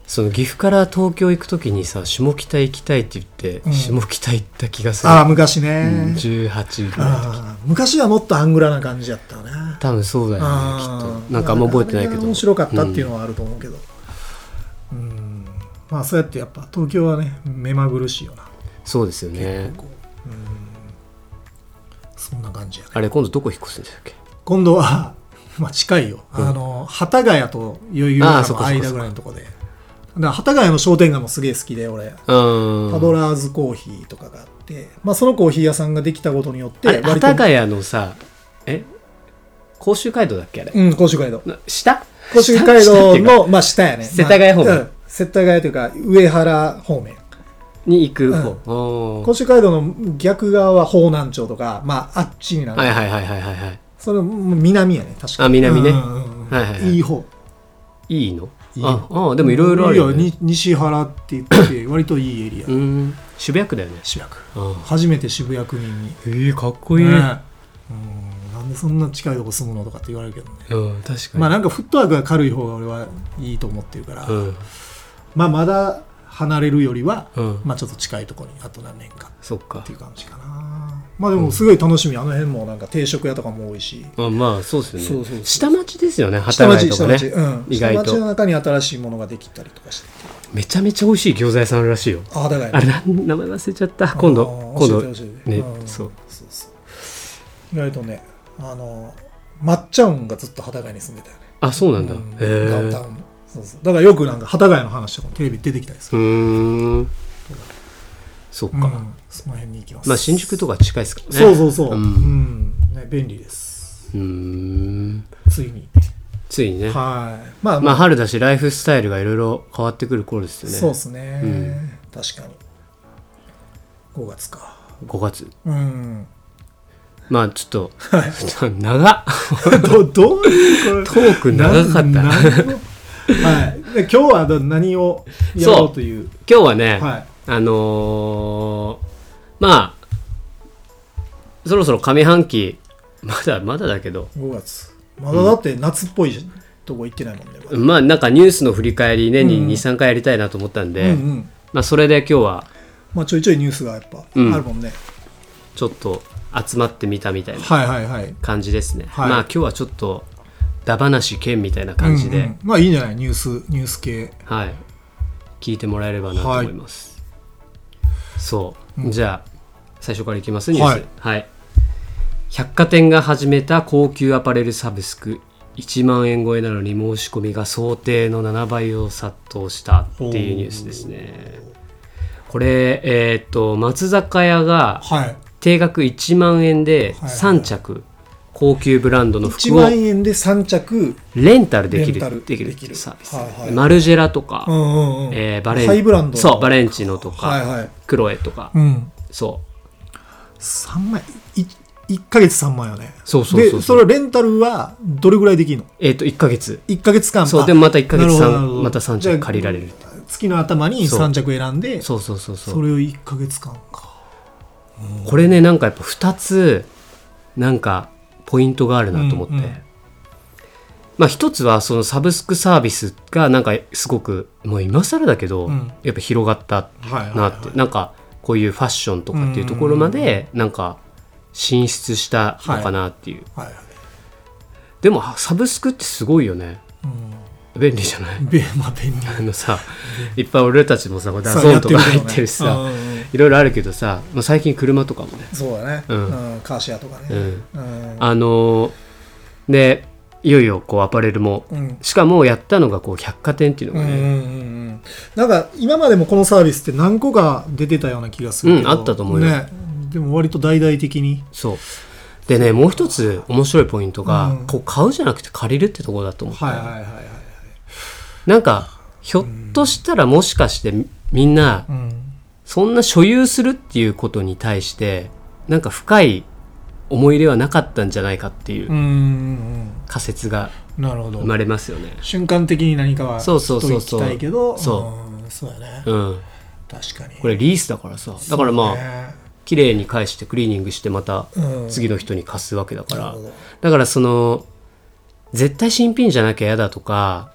[SPEAKER 2] その岐阜から東京行くときにさ下北行きたいって言って、
[SPEAKER 3] うん
[SPEAKER 2] 下北行った気がする
[SPEAKER 3] ああ昔ね、
[SPEAKER 2] うん18ぐらいの時
[SPEAKER 3] ああ昔はもっとアングラな感じやったよね
[SPEAKER 2] 多分そうだよねきっ
[SPEAKER 3] あー
[SPEAKER 2] となんかあんま覚えてないけ
[SPEAKER 3] あれ
[SPEAKER 2] ど
[SPEAKER 3] が面白かったっていうのはあると思うけどうんまあそうやってやっぱ東京はね目まぐるしいよな
[SPEAKER 2] うんそうですよね
[SPEAKER 3] こううんそんな感じやね
[SPEAKER 2] あれ今度どこ引っ越すんでしたっけ
[SPEAKER 3] 今度は [laughs] まあ近いよ、あの幡ヶ谷と余裕
[SPEAKER 2] あ
[SPEAKER 3] の
[SPEAKER 2] ーそっかそっかそっか
[SPEAKER 3] 間ぐらいのとこでだから幡ヶ谷の商店街もすげえ好きで俺
[SPEAKER 2] うん
[SPEAKER 3] パドラーズコーヒーとかがあって、まあ、そのコーヒー屋さんができたことによって
[SPEAKER 2] あれ幡
[SPEAKER 3] 割と
[SPEAKER 2] ヶ谷のさえ甲州街道だっけあれ、
[SPEAKER 3] うん甲州街道
[SPEAKER 2] な下
[SPEAKER 3] 甲州街
[SPEAKER 2] 下下っ
[SPEAKER 3] 道
[SPEAKER 2] ていうか
[SPEAKER 3] の、まあ、下やね。
[SPEAKER 2] 世田谷方面
[SPEAKER 3] まあうん世田谷というか、上原方面。
[SPEAKER 2] に行く方、
[SPEAKER 3] うん
[SPEAKER 2] おー
[SPEAKER 3] 甲州街道の逆側は方南町とか、まあ、あっちになる。
[SPEAKER 2] はいはいはいはいはいはい
[SPEAKER 3] それ、南やね、確か
[SPEAKER 2] あ南ね
[SPEAKER 3] うんうんうん
[SPEAKER 2] はいはいはい
[SPEAKER 3] いい方。
[SPEAKER 2] いいの
[SPEAKER 3] いい
[SPEAKER 2] ああでもいろいろあるよ、
[SPEAKER 3] いい
[SPEAKER 2] ね、
[SPEAKER 3] に西原って言って、割といいエリ
[SPEAKER 2] う。
[SPEAKER 3] ア
[SPEAKER 2] ん渋谷区だよね
[SPEAKER 3] 渋谷区。
[SPEAKER 2] あ
[SPEAKER 3] 初めて渋谷区民に。
[SPEAKER 2] えー、かっこいい、
[SPEAKER 3] ねうんなんでそんな近いとこ住むのとかって言われるけどね。
[SPEAKER 2] うん確かに
[SPEAKER 3] まあ、なんかフットワークが軽い方が俺はいいと思ってるから、
[SPEAKER 2] うん
[SPEAKER 3] まあ、まだ離れるよりは、
[SPEAKER 2] うん
[SPEAKER 3] まあ、ちょっと近いところにあと何年か
[SPEAKER 2] そっか
[SPEAKER 3] っていう感じかなまあでもすごい楽しみ、あの辺もなんか定食屋とかも多いし
[SPEAKER 2] あまあそうですよね
[SPEAKER 3] そうそうそう
[SPEAKER 2] 下町ですよね
[SPEAKER 3] 下
[SPEAKER 2] 働
[SPEAKER 3] 町
[SPEAKER 2] いと
[SPEAKER 3] 下
[SPEAKER 2] か
[SPEAKER 3] 町、
[SPEAKER 2] ね
[SPEAKER 3] うん、
[SPEAKER 2] 意外と
[SPEAKER 3] 下町の中に新しいものができたりとかして
[SPEAKER 2] めちゃめちゃ美味しい餃子屋さんあるらしいよ
[SPEAKER 3] ああだから
[SPEAKER 2] あれな名前忘れちゃった今度今度ねそう
[SPEAKER 3] そうそう意外とねあのまっちゃんがずっと幡ヶ谷に住んでたよね
[SPEAKER 2] あそうなんだ、
[SPEAKER 3] うん
[SPEAKER 2] へ
[SPEAKER 3] ダウン
[SPEAKER 2] え
[SPEAKER 3] タウンのそうそうだからよくなんか幡ヶ谷の話とかもテレビ出てきたりす
[SPEAKER 2] う
[SPEAKER 3] る、
[SPEAKER 2] ーんそっか、
[SPEAKER 3] うんその辺に行きます
[SPEAKER 2] まあ新宿とか近いですからね
[SPEAKER 3] そうそうそ
[SPEAKER 2] う
[SPEAKER 3] う、うんんね、便利です
[SPEAKER 2] うーん
[SPEAKER 3] ついに
[SPEAKER 2] ついにね
[SPEAKER 3] はいまあ
[SPEAKER 2] まあ春だしライフスタイルがいろいろ変わってくる頃ですよね
[SPEAKER 3] そうですね、
[SPEAKER 2] うん
[SPEAKER 3] 確かに5月か
[SPEAKER 2] 5月
[SPEAKER 3] うん
[SPEAKER 2] ま [laughs] あちょっと長っ
[SPEAKER 3] [laughs] どどういう
[SPEAKER 2] ト
[SPEAKER 3] こ
[SPEAKER 2] ーク
[SPEAKER 3] れ
[SPEAKER 2] 長かった
[SPEAKER 3] な
[SPEAKER 2] 今
[SPEAKER 3] 何をはいで今日はだ何をやろうという
[SPEAKER 2] 日はね、
[SPEAKER 3] はい
[SPEAKER 2] あのーまあそろそろ上半期 [laughs] まだまだだけど
[SPEAKER 3] 5月まだだって夏っぽいとこ行ってないもんね、
[SPEAKER 2] まあなんかニュースの振り返り年
[SPEAKER 3] う
[SPEAKER 2] に
[SPEAKER 3] ん
[SPEAKER 2] 23回やりたいなと思ったんで、
[SPEAKER 3] うんうん
[SPEAKER 2] まあ、それで今日は
[SPEAKER 3] まあちょいちょいニュースがやっぱある
[SPEAKER 2] うん
[SPEAKER 3] もんね、
[SPEAKER 2] ちょっと集まってみたみたいな
[SPEAKER 3] はいはいはい
[SPEAKER 2] 感じですね、
[SPEAKER 3] はい
[SPEAKER 2] まあ今日はちょっとダバなし兼みたいな感じで、
[SPEAKER 3] うんうんまあいいんじゃないニュースニュース系
[SPEAKER 2] はい聞いてもらえればなと思います、そう、じゃあ最初からいきますニュースはい、百貨店が始めた高級アパレルサブスク1万円超えなのに申し込みが想定の7倍を殺到したっていうニュースですねこれえーっと松坂屋が
[SPEAKER 3] はい
[SPEAKER 2] 定額1万円で
[SPEAKER 3] はい
[SPEAKER 2] 3着、高級ブランドの
[SPEAKER 3] 1
[SPEAKER 2] 服を
[SPEAKER 3] 万円で3着、
[SPEAKER 2] レンタルでき
[SPEAKER 3] レンタ
[SPEAKER 2] る
[SPEAKER 3] ル
[SPEAKER 2] できるっ
[SPEAKER 3] で
[SPEAKER 2] て
[SPEAKER 3] き
[SPEAKER 2] いう
[SPEAKER 3] る
[SPEAKER 2] サービス、
[SPEAKER 3] はいはい
[SPEAKER 2] マルジェラとか、
[SPEAKER 3] うんうんうん
[SPEAKER 2] えーバレン
[SPEAKER 3] ハイブランド
[SPEAKER 2] そうバレンチノとか、
[SPEAKER 3] はいはい
[SPEAKER 2] クロエとか、
[SPEAKER 3] うん、
[SPEAKER 2] そう
[SPEAKER 3] 3万円1か月3万円よね
[SPEAKER 2] そうそうそうそう
[SPEAKER 3] でそれはレンタルはどれぐらいできるの
[SPEAKER 2] えっ、と1か月
[SPEAKER 3] ?1 か月間
[SPEAKER 2] そう
[SPEAKER 3] あ
[SPEAKER 2] でもまた1か月
[SPEAKER 3] なるほどなるほ
[SPEAKER 2] 三
[SPEAKER 3] ど
[SPEAKER 2] また3
[SPEAKER 3] じゃあ
[SPEAKER 2] 着借りられる
[SPEAKER 3] 月の頭に
[SPEAKER 2] そう
[SPEAKER 3] 3着選んでそ
[SPEAKER 2] そうそうそうそう
[SPEAKER 3] れを1か月間か
[SPEAKER 2] これねなんかやっぱ2つなんかポイントがあるなと思って、
[SPEAKER 3] うんうん
[SPEAKER 2] まあ1つはそのサブスクサービスがなんかすごくもう今更だけど、
[SPEAKER 3] うん
[SPEAKER 2] やっぱ広がった
[SPEAKER 3] はいはい、
[SPEAKER 2] なって、なんかこういうファッションとかっていうところまでなんか進出したのかなっていう、
[SPEAKER 3] はいはい
[SPEAKER 2] でもサブスクってすごいよね
[SPEAKER 3] う
[SPEAKER 2] 便利じゃない
[SPEAKER 3] ん、べまあ便利
[SPEAKER 2] あのさいっぱい俺たちもさダ
[SPEAKER 3] さ
[SPEAKER 2] ゾーンとか
[SPEAKER 3] やけ
[SPEAKER 2] 入
[SPEAKER 3] ど
[SPEAKER 2] っ
[SPEAKER 3] ね
[SPEAKER 2] てるし
[SPEAKER 3] うん
[SPEAKER 2] さ
[SPEAKER 3] うんうん
[SPEAKER 2] いろいろあるけどさ、まあ、最近車とかもね
[SPEAKER 3] そうだね、
[SPEAKER 2] う
[SPEAKER 3] うんんカーシェアとかね、
[SPEAKER 2] うん
[SPEAKER 3] うん
[SPEAKER 2] あのーでいよいよこうアパレルも
[SPEAKER 3] うん
[SPEAKER 2] しかもやったのがこう百貨店っていうの
[SPEAKER 3] うん
[SPEAKER 2] が
[SPEAKER 3] うんう
[SPEAKER 2] ね、
[SPEAKER 3] んうんなんか今までもこのサービスって何個か出てたような気がするけど、
[SPEAKER 2] うんあったと思うよ
[SPEAKER 3] ね、でも割と大々的に
[SPEAKER 2] そうでねもう一つ面白いポイントが、
[SPEAKER 3] うん
[SPEAKER 2] こう買うじゃなくて借りるってところだと思って、
[SPEAKER 3] はいはいはいはい、
[SPEAKER 2] なんかひょっとしたらもしかしてみんな
[SPEAKER 3] うん、
[SPEAKER 2] そんな所有するっていうことに対してなんか深い思い入れはなかったんじゃないかっていう
[SPEAKER 3] うんうん
[SPEAKER 2] 仮説が
[SPEAKER 3] うんなるほど
[SPEAKER 2] 生まれますよね。
[SPEAKER 3] 瞬間的に何かは
[SPEAKER 2] そうそうそう
[SPEAKER 3] し
[SPEAKER 2] そう
[SPEAKER 3] ときたいけど
[SPEAKER 2] そ
[SPEAKER 3] うんそうやね、
[SPEAKER 2] うん、
[SPEAKER 3] 確かに
[SPEAKER 2] これリースだからさだからまあ、
[SPEAKER 3] ね
[SPEAKER 2] 綺麗に返してクリーニングしてまた
[SPEAKER 3] うん
[SPEAKER 2] 次の人に貸すわけだか
[SPEAKER 3] な
[SPEAKER 2] ら、
[SPEAKER 3] るほど
[SPEAKER 2] だからその絶対新品じゃなきゃ嫌だとか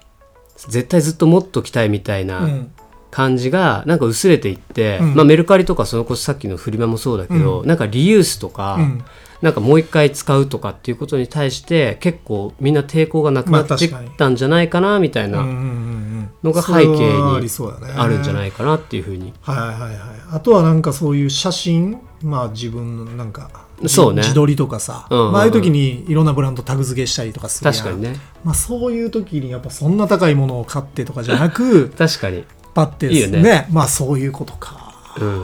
[SPEAKER 2] 絶対ずっと持っときたいみたいうなん感じがなんか薄れていって、
[SPEAKER 3] うん
[SPEAKER 2] まあ、メルカリとかそのこそさっきのフリマもそうだけど、なんかリユースとか、
[SPEAKER 3] うん
[SPEAKER 2] なんかもう一回使うとかっていうことに対して結構みんな抵抗がなくなってき
[SPEAKER 3] まあ確かに
[SPEAKER 2] たんじゃないかなみたい
[SPEAKER 3] うんう
[SPEAKER 2] なん
[SPEAKER 3] うん
[SPEAKER 2] のが背景
[SPEAKER 3] それはあり
[SPEAKER 2] に
[SPEAKER 3] そうだね
[SPEAKER 2] あるんじゃないかなっていうふうに
[SPEAKER 3] はいはいはいあとはなんかそういう写真まあ自分のなんか
[SPEAKER 2] そうね
[SPEAKER 3] 自撮りとかさ、
[SPEAKER 2] うんうんうん
[SPEAKER 3] まあ、ああいう時にいろんなブランドタグ付けしたりとかするやん
[SPEAKER 2] 確かにね
[SPEAKER 3] まあ、そういう時にやっぱそんな高いものを買ってとかじゃなく
[SPEAKER 2] [laughs] 確かに、
[SPEAKER 3] パッて
[SPEAKER 2] いいよね
[SPEAKER 3] まあそういうことか
[SPEAKER 2] うん、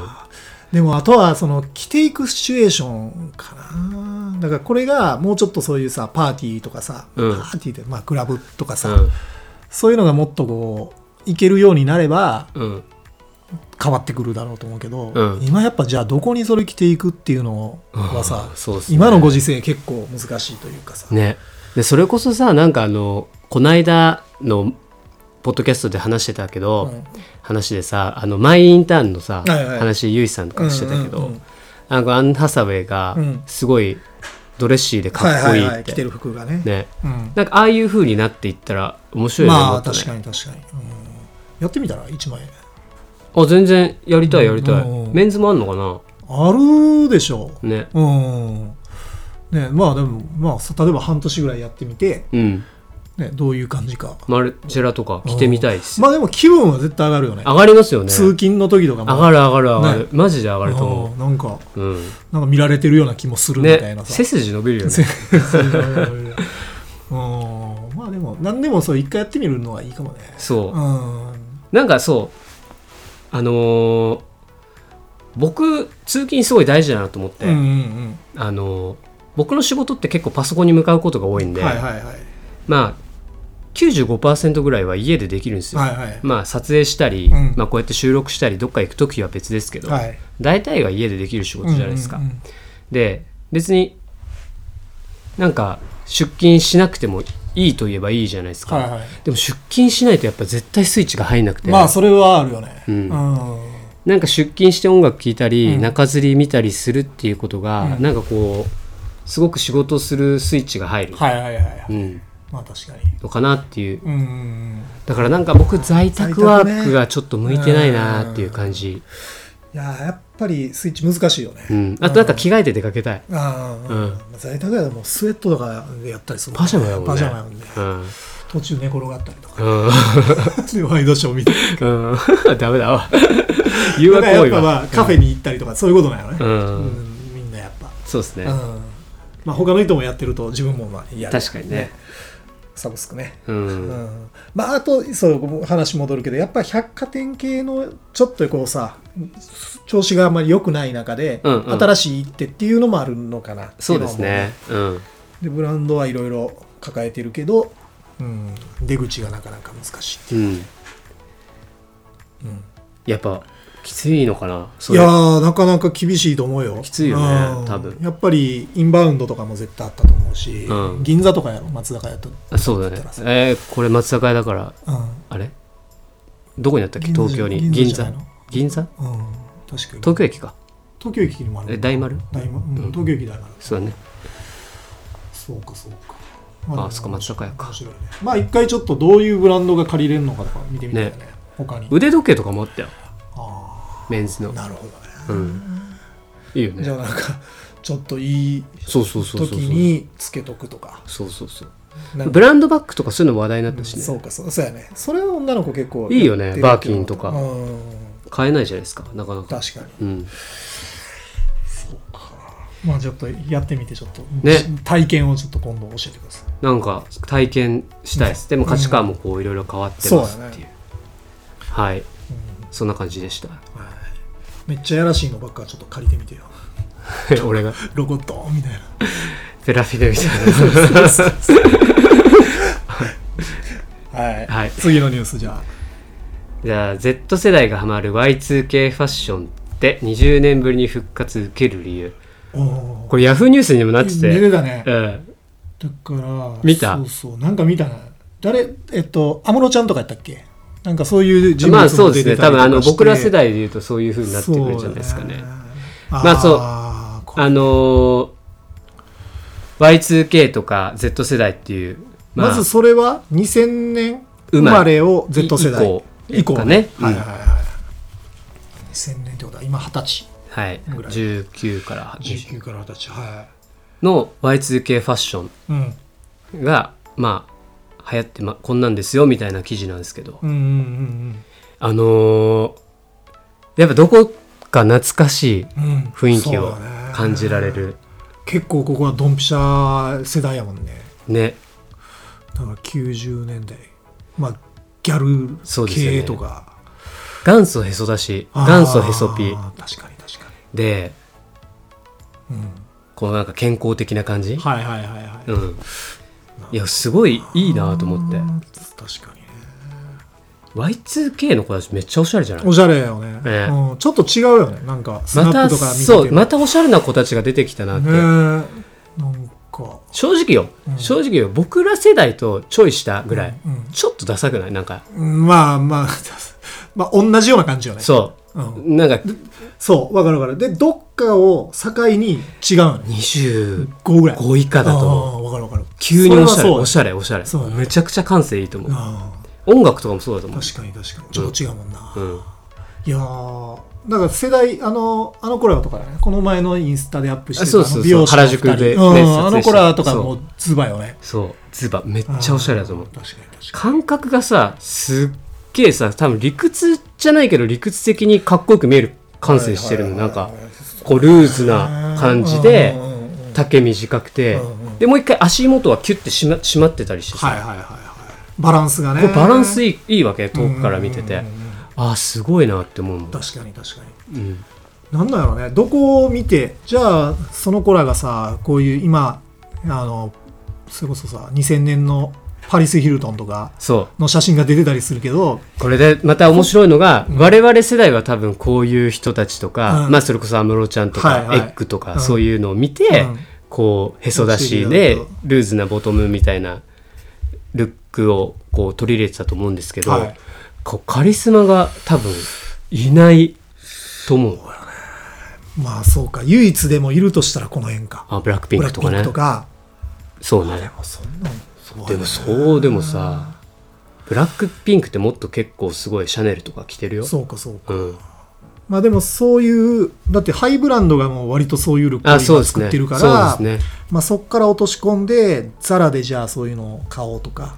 [SPEAKER 3] でもあとはその着ていくシチュエーションかなだからこれがもうちょっとそういうさパーティーとかさ、
[SPEAKER 2] うん
[SPEAKER 3] パーティーでまあクラブとか
[SPEAKER 2] う
[SPEAKER 3] さ、
[SPEAKER 2] ん
[SPEAKER 3] そういうのがもっとこういけるようになれば
[SPEAKER 2] うん
[SPEAKER 3] 変わってくるだろうと思うけど、
[SPEAKER 2] うん
[SPEAKER 3] 今やっぱじゃあどこにそれ着ていくっていうのはさ、
[SPEAKER 2] あーそうっすね
[SPEAKER 3] 今のご時世結構難しいというかさ、
[SPEAKER 2] ねでそれこそさなんかあのこないだのポッドキャストで話してたけど、
[SPEAKER 3] うん
[SPEAKER 2] 話でさあのマイインターンのさ、
[SPEAKER 3] はいはい
[SPEAKER 2] 話ゆいさんとかしてたけど、
[SPEAKER 3] うんうんうん
[SPEAKER 2] なんかアン・ハサウェイが
[SPEAKER 3] うん
[SPEAKER 2] すごいドレッシーでかっこいいって,、
[SPEAKER 3] ははは着てる服がね
[SPEAKER 2] ね
[SPEAKER 3] うん
[SPEAKER 2] なんかああいう風になっていったら面白いよね
[SPEAKER 3] ま
[SPEAKER 2] も
[SPEAKER 3] あ
[SPEAKER 2] っとね
[SPEAKER 3] 確かに確かに、うんやってみたら1万円
[SPEAKER 2] あ全然やりたいやりたい、
[SPEAKER 3] うんうん
[SPEAKER 2] メンズもあんのか
[SPEAKER 3] あるでしょう
[SPEAKER 2] なね
[SPEAKER 3] うんねまあでもまあそ例えば半年ぐらいやってみて、
[SPEAKER 2] うん
[SPEAKER 3] ね、どういう感じか
[SPEAKER 2] マルジェラとか着てみたいです、
[SPEAKER 3] まあでも気分は絶対上がるよね
[SPEAKER 2] 上がりますよね
[SPEAKER 3] 通勤の時とかも
[SPEAKER 2] 上がる上がる上がる、
[SPEAKER 3] ね
[SPEAKER 2] マジで上がると思
[SPEAKER 3] うんなんか
[SPEAKER 2] う、うん、
[SPEAKER 3] なんか見られてるような気もするみたい
[SPEAKER 2] ね
[SPEAKER 3] なさ、
[SPEAKER 2] 背筋伸びるよね [laughs]
[SPEAKER 3] うんまあでも何でもそう一回やってみるのはいいかもね
[SPEAKER 2] そう
[SPEAKER 3] う、ん
[SPEAKER 2] なんかそうあのー僕通勤すごい大事だなと思って、
[SPEAKER 3] うんうん
[SPEAKER 2] あのー僕の仕事って結構パソコンに向かうことが多いん
[SPEAKER 3] う
[SPEAKER 2] で、
[SPEAKER 3] んはいはいはい
[SPEAKER 2] まあ95%ぐらいは家でできるんですよ、
[SPEAKER 3] はいはい
[SPEAKER 2] まあ撮影したり、
[SPEAKER 3] うん
[SPEAKER 2] まあ、こうやって収録したりどっか行く時は別ですけど、
[SPEAKER 3] はい
[SPEAKER 2] 大体が家でできる仕事じゃないですか、
[SPEAKER 3] うんうんうん
[SPEAKER 2] で別になんか出勤しなくてもいいといえばいいじゃないですか、
[SPEAKER 3] はいは
[SPEAKER 2] でも出勤しないとやっぱ絶対スイッチが入んなくて、
[SPEAKER 3] いまあそれはあるよね
[SPEAKER 2] う
[SPEAKER 3] うんん
[SPEAKER 2] なんか出勤して音楽聴いたり、
[SPEAKER 3] うん
[SPEAKER 2] 中吊り見たりするっていうことが、
[SPEAKER 3] うん
[SPEAKER 2] なんかこうすごく仕事するスイッチが入る、
[SPEAKER 3] はいはいはいは
[SPEAKER 2] う
[SPEAKER 3] い
[SPEAKER 2] ん、
[SPEAKER 3] まあ確かに
[SPEAKER 2] のかなっていう
[SPEAKER 3] うんうんうん
[SPEAKER 2] だからなんか僕在宅ワークがちょっと向いてないなっていう感じ、
[SPEAKER 3] いやーやっぱりスイッチ難しいよね、
[SPEAKER 2] うん、あとなんか着替えて出かけたい、
[SPEAKER 3] ああ、うん在宅やでもスウェットとかでやったりするもん
[SPEAKER 2] パジャマやもんね
[SPEAKER 3] パジャマやもんね
[SPEAKER 2] うん
[SPEAKER 3] 途中寝転がった
[SPEAKER 2] [laughs]
[SPEAKER 3] りとか
[SPEAKER 2] うん
[SPEAKER 3] でワイドショー
[SPEAKER 2] [laughs]
[SPEAKER 3] 見て
[SPEAKER 2] うん、ダメだ
[SPEAKER 3] [laughs]
[SPEAKER 2] わ誘
[SPEAKER 3] だ
[SPEAKER 2] 惑
[SPEAKER 3] からや
[SPEAKER 2] 多
[SPEAKER 3] っ
[SPEAKER 2] い
[SPEAKER 3] ぱま
[SPEAKER 2] わ
[SPEAKER 3] あカフェに行ったりとかそういうことなんよね、
[SPEAKER 2] うん
[SPEAKER 3] うんみんなやっぱ、
[SPEAKER 2] そうですね、
[SPEAKER 3] うんまあ、他の人もやってると自分もまあやる
[SPEAKER 2] 確かにね
[SPEAKER 3] サブスクね
[SPEAKER 2] う、
[SPEAKER 3] うん
[SPEAKER 2] うん
[SPEAKER 3] んまあ、あとそう話戻るけどやっぱ百貨店系のちょっとこうさ調子があんまり良くない中で、
[SPEAKER 2] うんうん
[SPEAKER 3] 新しい一手っていうのもあるのかなってい
[SPEAKER 2] そうで
[SPEAKER 3] のは
[SPEAKER 2] す
[SPEAKER 3] 思
[SPEAKER 2] ね、うん、
[SPEAKER 3] でブランドはいろいろ抱えてるけど、うん、出口がなかなか難しいっていう
[SPEAKER 2] うん
[SPEAKER 3] うん
[SPEAKER 2] やっぱきついのかなそ
[SPEAKER 3] い
[SPEAKER 2] れ
[SPEAKER 3] やーなかなか厳しいと思うよ
[SPEAKER 2] きついよね多分
[SPEAKER 3] やっぱりインバウンドとかも絶対あったと思うし、
[SPEAKER 2] うん
[SPEAKER 3] 銀座とかやろ松坂屋と、
[SPEAKER 2] あそうだね
[SPEAKER 3] だった
[SPEAKER 2] えーこれ松坂屋だから
[SPEAKER 3] うん、
[SPEAKER 2] あれどこにあったっけ
[SPEAKER 3] 銀座
[SPEAKER 2] 東京に銀
[SPEAKER 3] じゃな
[SPEAKER 2] 座
[SPEAKER 3] いの
[SPEAKER 2] 銀座
[SPEAKER 3] うん確かに
[SPEAKER 2] 東京駅か
[SPEAKER 3] 東京駅にもあ
[SPEAKER 2] え
[SPEAKER 3] る
[SPEAKER 2] 大丸
[SPEAKER 3] 大丸、うん
[SPEAKER 2] うん
[SPEAKER 3] 東京駅大丸
[SPEAKER 2] そうだね
[SPEAKER 3] そうかそうか
[SPEAKER 2] あそっか松坂屋か
[SPEAKER 3] 面白いねまあ一回ちょっとどういうブランドが借りれるのかとか見てみたいよね他に
[SPEAKER 2] 腕時計とかもあったよ
[SPEAKER 3] あ
[SPEAKER 2] メンズの
[SPEAKER 3] あなるほどね、
[SPEAKER 2] うんいいよ
[SPEAKER 3] じゃあ
[SPEAKER 2] ね
[SPEAKER 3] なんかちょっといい
[SPEAKER 2] そうそうそうそう
[SPEAKER 3] 時につけとくとか
[SPEAKER 2] そうそうそう
[SPEAKER 3] なんか
[SPEAKER 2] ブランドバッグとかそういうのも話題になったし
[SPEAKER 3] そ
[SPEAKER 2] ね
[SPEAKER 3] うかそうそうやねそれは女の子結構
[SPEAKER 2] いいよね
[SPEAKER 3] やってる
[SPEAKER 2] バーキンとか
[SPEAKER 3] うん
[SPEAKER 2] 買えないじゃないですかなかなか
[SPEAKER 3] 確かに
[SPEAKER 2] うん
[SPEAKER 3] そうかまあちょっとやってみてちょっと、
[SPEAKER 2] ね
[SPEAKER 3] 体験をちょっと今度教えてください
[SPEAKER 2] なんか体験したいですでも価値観もこういろいろ変わってます
[SPEAKER 3] そう
[SPEAKER 2] っ
[SPEAKER 3] だ
[SPEAKER 2] ていう
[SPEAKER 3] ね
[SPEAKER 2] はいそんな感じでした
[SPEAKER 3] [laughs] めっちゃやらしいのばっかちょっと借りてみてよ [laughs]
[SPEAKER 2] 俺 [laughs] が
[SPEAKER 3] ロゴットみたいな
[SPEAKER 2] ペラフィデみたい
[SPEAKER 3] [laughs] はい、
[SPEAKER 2] はい
[SPEAKER 3] 次のニュースじゃあ
[SPEAKER 2] なじゃあ Z 世代がハマる Y2K ファッションって20年ぶりに復活受ける理由
[SPEAKER 3] お
[SPEAKER 2] これヤフーニュースにもなって
[SPEAKER 3] 寝
[SPEAKER 2] て、
[SPEAKER 3] てたね
[SPEAKER 2] うん、
[SPEAKER 3] だから
[SPEAKER 2] 見た
[SPEAKER 3] そうそうなんか見たな誰えっと安室ちゃんとかやったっけなんかそういう人物
[SPEAKER 2] まあ
[SPEAKER 3] も
[SPEAKER 2] そうですね
[SPEAKER 3] 出て
[SPEAKER 2] 多
[SPEAKER 3] たりと
[SPEAKER 2] 分
[SPEAKER 3] か
[SPEAKER 2] あの
[SPEAKER 3] して
[SPEAKER 2] 僕ら世代でいうとそういうふうになってくるんじゃないですかね
[SPEAKER 3] そうだ
[SPEAKER 2] まあそう
[SPEAKER 3] あーこれ
[SPEAKER 2] あのー Y2K とか Z 世代っていう、
[SPEAKER 3] まずそれは2000年生まれを Z 世代
[SPEAKER 2] 以降
[SPEAKER 3] 以降
[SPEAKER 2] かねうん
[SPEAKER 3] はいはいはいはい2000年ってことは今二十
[SPEAKER 2] はい、
[SPEAKER 3] ぐらい
[SPEAKER 2] 19から
[SPEAKER 3] 歳
[SPEAKER 2] 20
[SPEAKER 3] 19から二十歳は
[SPEAKER 2] の Y2K ファッショ
[SPEAKER 3] いうん
[SPEAKER 2] ンがまあ流行って、ま、こんなんですよみたいな記事なんですけど、
[SPEAKER 3] うんうんうん
[SPEAKER 2] あのーやっぱどこか懐かしい
[SPEAKER 3] うんうん
[SPEAKER 2] 雰囲気を
[SPEAKER 3] そうだね
[SPEAKER 2] 感じられる
[SPEAKER 3] 結構ここはドンピシャ世代やもんね
[SPEAKER 2] ね
[SPEAKER 3] だから90年代まあギャル
[SPEAKER 2] そうですよね
[SPEAKER 3] 系とか、
[SPEAKER 2] 元祖へそ出し
[SPEAKER 3] あー
[SPEAKER 2] 元祖へそピ
[SPEAKER 3] 確かに確か
[SPEAKER 2] で
[SPEAKER 3] に、うん、
[SPEAKER 2] このなんか健康的な感じ、
[SPEAKER 3] はいはいはいはい、
[SPEAKER 2] うんいやすごいいいなと思って
[SPEAKER 3] あー確かにね
[SPEAKER 2] Y2K の子たちめっちゃおしゃれじゃない
[SPEAKER 3] おしゃれよね、
[SPEAKER 2] ええ
[SPEAKER 3] うん、ちょっと違うよねなんかスナ
[SPEAKER 2] ま
[SPEAKER 3] ッ
[SPEAKER 2] た
[SPEAKER 3] プとか見てて
[SPEAKER 2] そうまたおしゃれな子たちが出てきたなって、
[SPEAKER 3] ねえなんか
[SPEAKER 2] 正直よ、
[SPEAKER 3] うん
[SPEAKER 2] 正直よ僕ら世代とちょい下ぐらい、
[SPEAKER 3] うん
[SPEAKER 2] ちょっとダサくないなんか
[SPEAKER 3] うんまあまあ [laughs] まあ同じような感じよねう、
[SPEAKER 2] そう
[SPEAKER 3] ん、
[SPEAKER 2] なんか
[SPEAKER 3] そうわかるわかるでどっかを境に違うよね
[SPEAKER 2] 25
[SPEAKER 3] 5ぐらい
[SPEAKER 2] 以下だと思う
[SPEAKER 3] ああわかるわかる
[SPEAKER 2] 急におしゃれお
[SPEAKER 3] そ
[SPEAKER 2] しゃれおしゃれ
[SPEAKER 3] そうだね
[SPEAKER 2] めちゃくちゃ感性いいと思
[SPEAKER 3] れ
[SPEAKER 2] う
[SPEAKER 3] はそう
[SPEAKER 2] 音楽とかもそうだと
[SPEAKER 3] うん
[SPEAKER 2] 思う
[SPEAKER 3] 確かに確かにちょっと違うもんな、
[SPEAKER 2] うん
[SPEAKER 3] いやーだから世代あのあの子らとかだねこの前のインスタでアップして
[SPEAKER 2] あそう
[SPEAKER 3] あの
[SPEAKER 2] そうそう
[SPEAKER 3] 美容師の二人
[SPEAKER 2] 原宿でね
[SPEAKER 3] うん
[SPEAKER 2] 撮影した
[SPEAKER 3] あの子らとかもズバよね
[SPEAKER 2] そうズバめっちゃおしゃれだと思うん
[SPEAKER 3] 確かに確か
[SPEAKER 2] 感覚がさすっげえさ多分理屈じゃないけど理屈的にかっこよく見える感性してるのなんかこうルーズな
[SPEAKER 3] に
[SPEAKER 2] 感じで
[SPEAKER 3] うんうんうんうん
[SPEAKER 2] 丈短くて
[SPEAKER 3] うんうん
[SPEAKER 2] でもう一回足元はキュッてしま締まってたりして
[SPEAKER 3] はい
[SPEAKER 2] さ
[SPEAKER 3] はいはいはいバランスが
[SPEAKER 2] こ
[SPEAKER 3] ね
[SPEAKER 2] れバランス
[SPEAKER 3] いい
[SPEAKER 2] いいいいわけ遠くから見ててあーすごいなって思うもん
[SPEAKER 3] 確かに確かに
[SPEAKER 2] うん
[SPEAKER 3] なんだろうねどこを見てじゃあその子らがさこういう今あのそれこそさ2000年のパリス・ヒルトンとか
[SPEAKER 2] そう
[SPEAKER 3] の写真が出てたりするけど
[SPEAKER 2] これでまた面白いのが、我々世代は多分こういう人たちとか、
[SPEAKER 3] うん
[SPEAKER 2] まあそれこそ安室ちゃんとか、
[SPEAKER 3] はいはい
[SPEAKER 2] エッグとか、
[SPEAKER 3] うん
[SPEAKER 2] そういうのを見て、
[SPEAKER 3] うん
[SPEAKER 2] こうへそ出しで
[SPEAKER 3] うん
[SPEAKER 2] ルーズなボトムみたいなルックをこう取り入れてたと思うんですけど、
[SPEAKER 3] はい
[SPEAKER 2] こうカリスマが多分いないと思う
[SPEAKER 3] まあそうか唯一でもいるとしたらこの辺か
[SPEAKER 2] あブラックピンクとか
[SPEAKER 3] ブラ
[SPEAKER 2] ね
[SPEAKER 3] ックピンクとか
[SPEAKER 2] そうね
[SPEAKER 3] もうそんなんそう
[SPEAKER 2] でもそうでもさブラックピンクってもっと結構すごいシャネルとか着てるよ
[SPEAKER 3] そうかそうか
[SPEAKER 2] うん、
[SPEAKER 3] まあでもそういうだってハイブランドがもう割とそういうルックを
[SPEAKER 2] あそう
[SPEAKER 3] 今
[SPEAKER 2] です
[SPEAKER 3] 作
[SPEAKER 2] ね
[SPEAKER 3] ってるから
[SPEAKER 2] そうですね
[SPEAKER 3] まあ、そこから落とし込んでザラでじゃあそういうのを買おうとか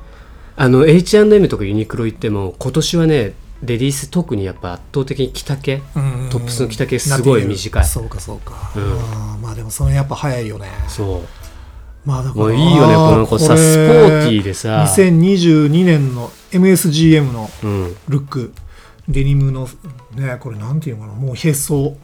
[SPEAKER 2] あの H&M とかユニクロ行っても今年はねレディース特にやっぱ圧倒的に着丈トップスの着丈すごい短い
[SPEAKER 3] なってきてるそうかそうか、
[SPEAKER 2] うん
[SPEAKER 3] あーまあでもそれやっぱ早いよね
[SPEAKER 2] そ
[SPEAKER 3] まあだ
[SPEAKER 2] う
[SPEAKER 3] から
[SPEAKER 2] もういいよねこの子さ
[SPEAKER 3] あーこれ
[SPEAKER 2] スポーティーでさ、
[SPEAKER 3] 2022年の MSGM の
[SPEAKER 2] うん、
[SPEAKER 3] ルックデニムのねこれなんていうのかなもうへそ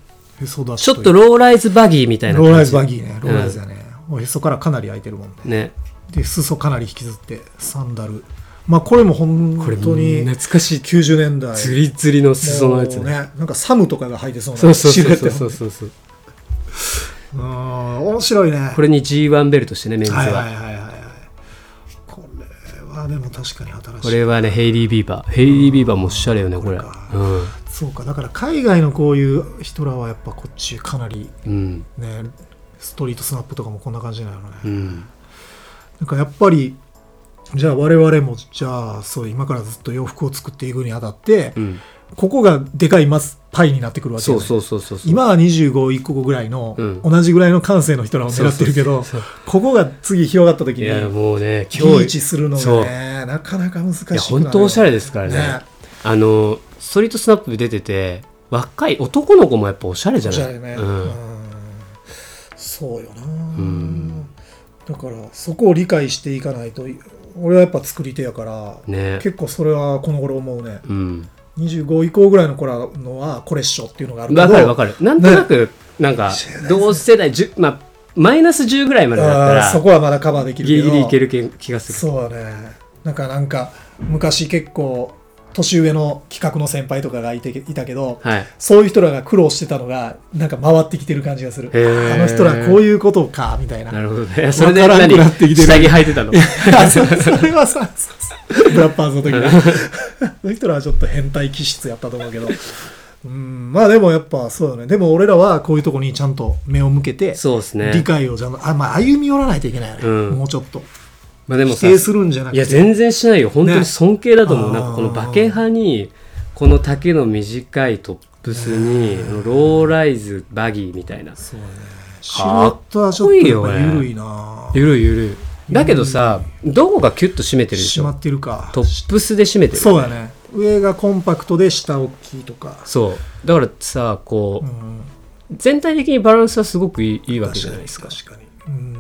[SPEAKER 3] へそ出し
[SPEAKER 2] ちょっと
[SPEAKER 3] ロ
[SPEAKER 2] ローライズバギーみたいな
[SPEAKER 3] ーライズバ
[SPEAKER 2] ー
[SPEAKER 3] ギーねローライズだね、おへそからかなり空いてるもんで
[SPEAKER 2] ね
[SPEAKER 3] で裾かなり引きずってサンダルまあこれも本
[SPEAKER 2] これ
[SPEAKER 3] 当に
[SPEAKER 2] 懐かしい
[SPEAKER 3] 90年代
[SPEAKER 2] つりつりの裾のやつ
[SPEAKER 3] もう
[SPEAKER 2] ね
[SPEAKER 3] なんかサムとかが履いてそうな
[SPEAKER 2] そうそう
[SPEAKER 3] シルエッ
[SPEAKER 2] そう
[SPEAKER 3] トや
[SPEAKER 2] そうそうそう
[SPEAKER 3] うん面白いね
[SPEAKER 2] これに G1 ベルトしてねメンズは、
[SPEAKER 3] はいはいはいはいはいこれはでも確かに新しい
[SPEAKER 2] これはねヘイリー・ビーバーヘイリー・ビーバーもおしゃれよねこれ
[SPEAKER 3] これか
[SPEAKER 2] うん
[SPEAKER 3] そうかだから海外のこういう人らはやっぱこっちかなり
[SPEAKER 2] うん
[SPEAKER 3] ねストリートスナップとかもこんな感じなのね、
[SPEAKER 2] うん
[SPEAKER 3] なんかやっぱりじゃあ我々もじゃあそう今からずっと洋服を作っていくにあたって、
[SPEAKER 2] うん
[SPEAKER 3] ここがでかいまずパイになってくるわけじ
[SPEAKER 2] そ
[SPEAKER 3] ゃ
[SPEAKER 2] う
[SPEAKER 3] ない
[SPEAKER 2] そうそうそうそう
[SPEAKER 3] 今は25一個ぐらいの、
[SPEAKER 2] うん
[SPEAKER 3] 同じぐらいの感性の人らを狙ってるけど
[SPEAKER 2] そうそう
[SPEAKER 3] ここが次広がった時
[SPEAKER 2] い
[SPEAKER 3] にリ
[SPEAKER 2] やもうね
[SPEAKER 3] ー
[SPEAKER 2] 今
[SPEAKER 3] チ
[SPEAKER 2] 日
[SPEAKER 3] するの
[SPEAKER 2] そう
[SPEAKER 3] がねなかなか難しい
[SPEAKER 2] いや本当おしゃれですからね
[SPEAKER 3] ね
[SPEAKER 2] あのストリートスナップ出てて若い男の子もやっぱおしゃれじゃ
[SPEAKER 3] お
[SPEAKER 2] ない
[SPEAKER 3] しゃれね、
[SPEAKER 2] う
[SPEAKER 3] うん
[SPEAKER 2] ん
[SPEAKER 3] そうよな、
[SPEAKER 2] ん
[SPEAKER 3] だからそこを理解していかないと俺はやっぱ作り手やから、
[SPEAKER 2] ね
[SPEAKER 3] 結構それはこの頃思うね
[SPEAKER 2] うん
[SPEAKER 3] 25以降ぐらいの頃のはこれっしょっていうのがあるけど
[SPEAKER 2] わかるわかるなんとなくなんか
[SPEAKER 3] 知らない
[SPEAKER 2] 同世代10まあマイナス10ぐらいまでだった
[SPEAKER 3] あーそ
[SPEAKER 2] ら
[SPEAKER 3] こはまだカバーできる
[SPEAKER 2] ギ
[SPEAKER 3] け
[SPEAKER 2] リ
[SPEAKER 3] ど
[SPEAKER 2] ギリいけるけ気がする
[SPEAKER 3] そうだねなんかなんか昔結構年上の企画の先輩とかがいていたけど、
[SPEAKER 2] はい
[SPEAKER 3] そういう人らが苦労してたのがなんか回ってきてる感じがする
[SPEAKER 2] へー
[SPEAKER 3] あの人らこういうことかみたいな
[SPEAKER 2] なるほどね [laughs] それで
[SPEAKER 3] わからん
[SPEAKER 2] 何
[SPEAKER 3] くなってきてる
[SPEAKER 2] 下着履いてたの
[SPEAKER 3] あそ [laughs] それはさ、ブラッパーズの時だ。 [laughs] その人らはちょっと変態気質やったと思うけど。うん、まあでもやっぱそうだね。でも俺らはこういうとこにちゃんと目を向けて、
[SPEAKER 2] そうですね
[SPEAKER 3] 理解をじゃんあ、まあ歩み寄らないといけないよね。
[SPEAKER 2] うん
[SPEAKER 3] もうちょっと。
[SPEAKER 2] まあでも
[SPEAKER 3] 否
[SPEAKER 2] さ
[SPEAKER 3] 定するんじゃな
[SPEAKER 2] い
[SPEAKER 3] くて。
[SPEAKER 2] や全然しないよ本当に尊敬だと思う、
[SPEAKER 3] ね
[SPEAKER 2] なんかこのバケ派にこの丈の短いトップスにローライズバギーみたいな
[SPEAKER 3] そうだね。仕
[SPEAKER 2] かっ
[SPEAKER 3] 事はちょっとやっぱ緩いな
[SPEAKER 2] ゆるいゆるいだけどさどこがキュッと締めてるでし
[SPEAKER 3] しま
[SPEAKER 2] ょ
[SPEAKER 3] ってるか。
[SPEAKER 2] トップスで締めてる
[SPEAKER 3] そうだね。上がコンパクトで下大きいとか。
[SPEAKER 2] そうだからさこ
[SPEAKER 3] う
[SPEAKER 2] う、
[SPEAKER 3] ん。
[SPEAKER 2] 全体的にバランスはすごくいいいいわけじゃないですか
[SPEAKER 3] 確かに。確かにうん。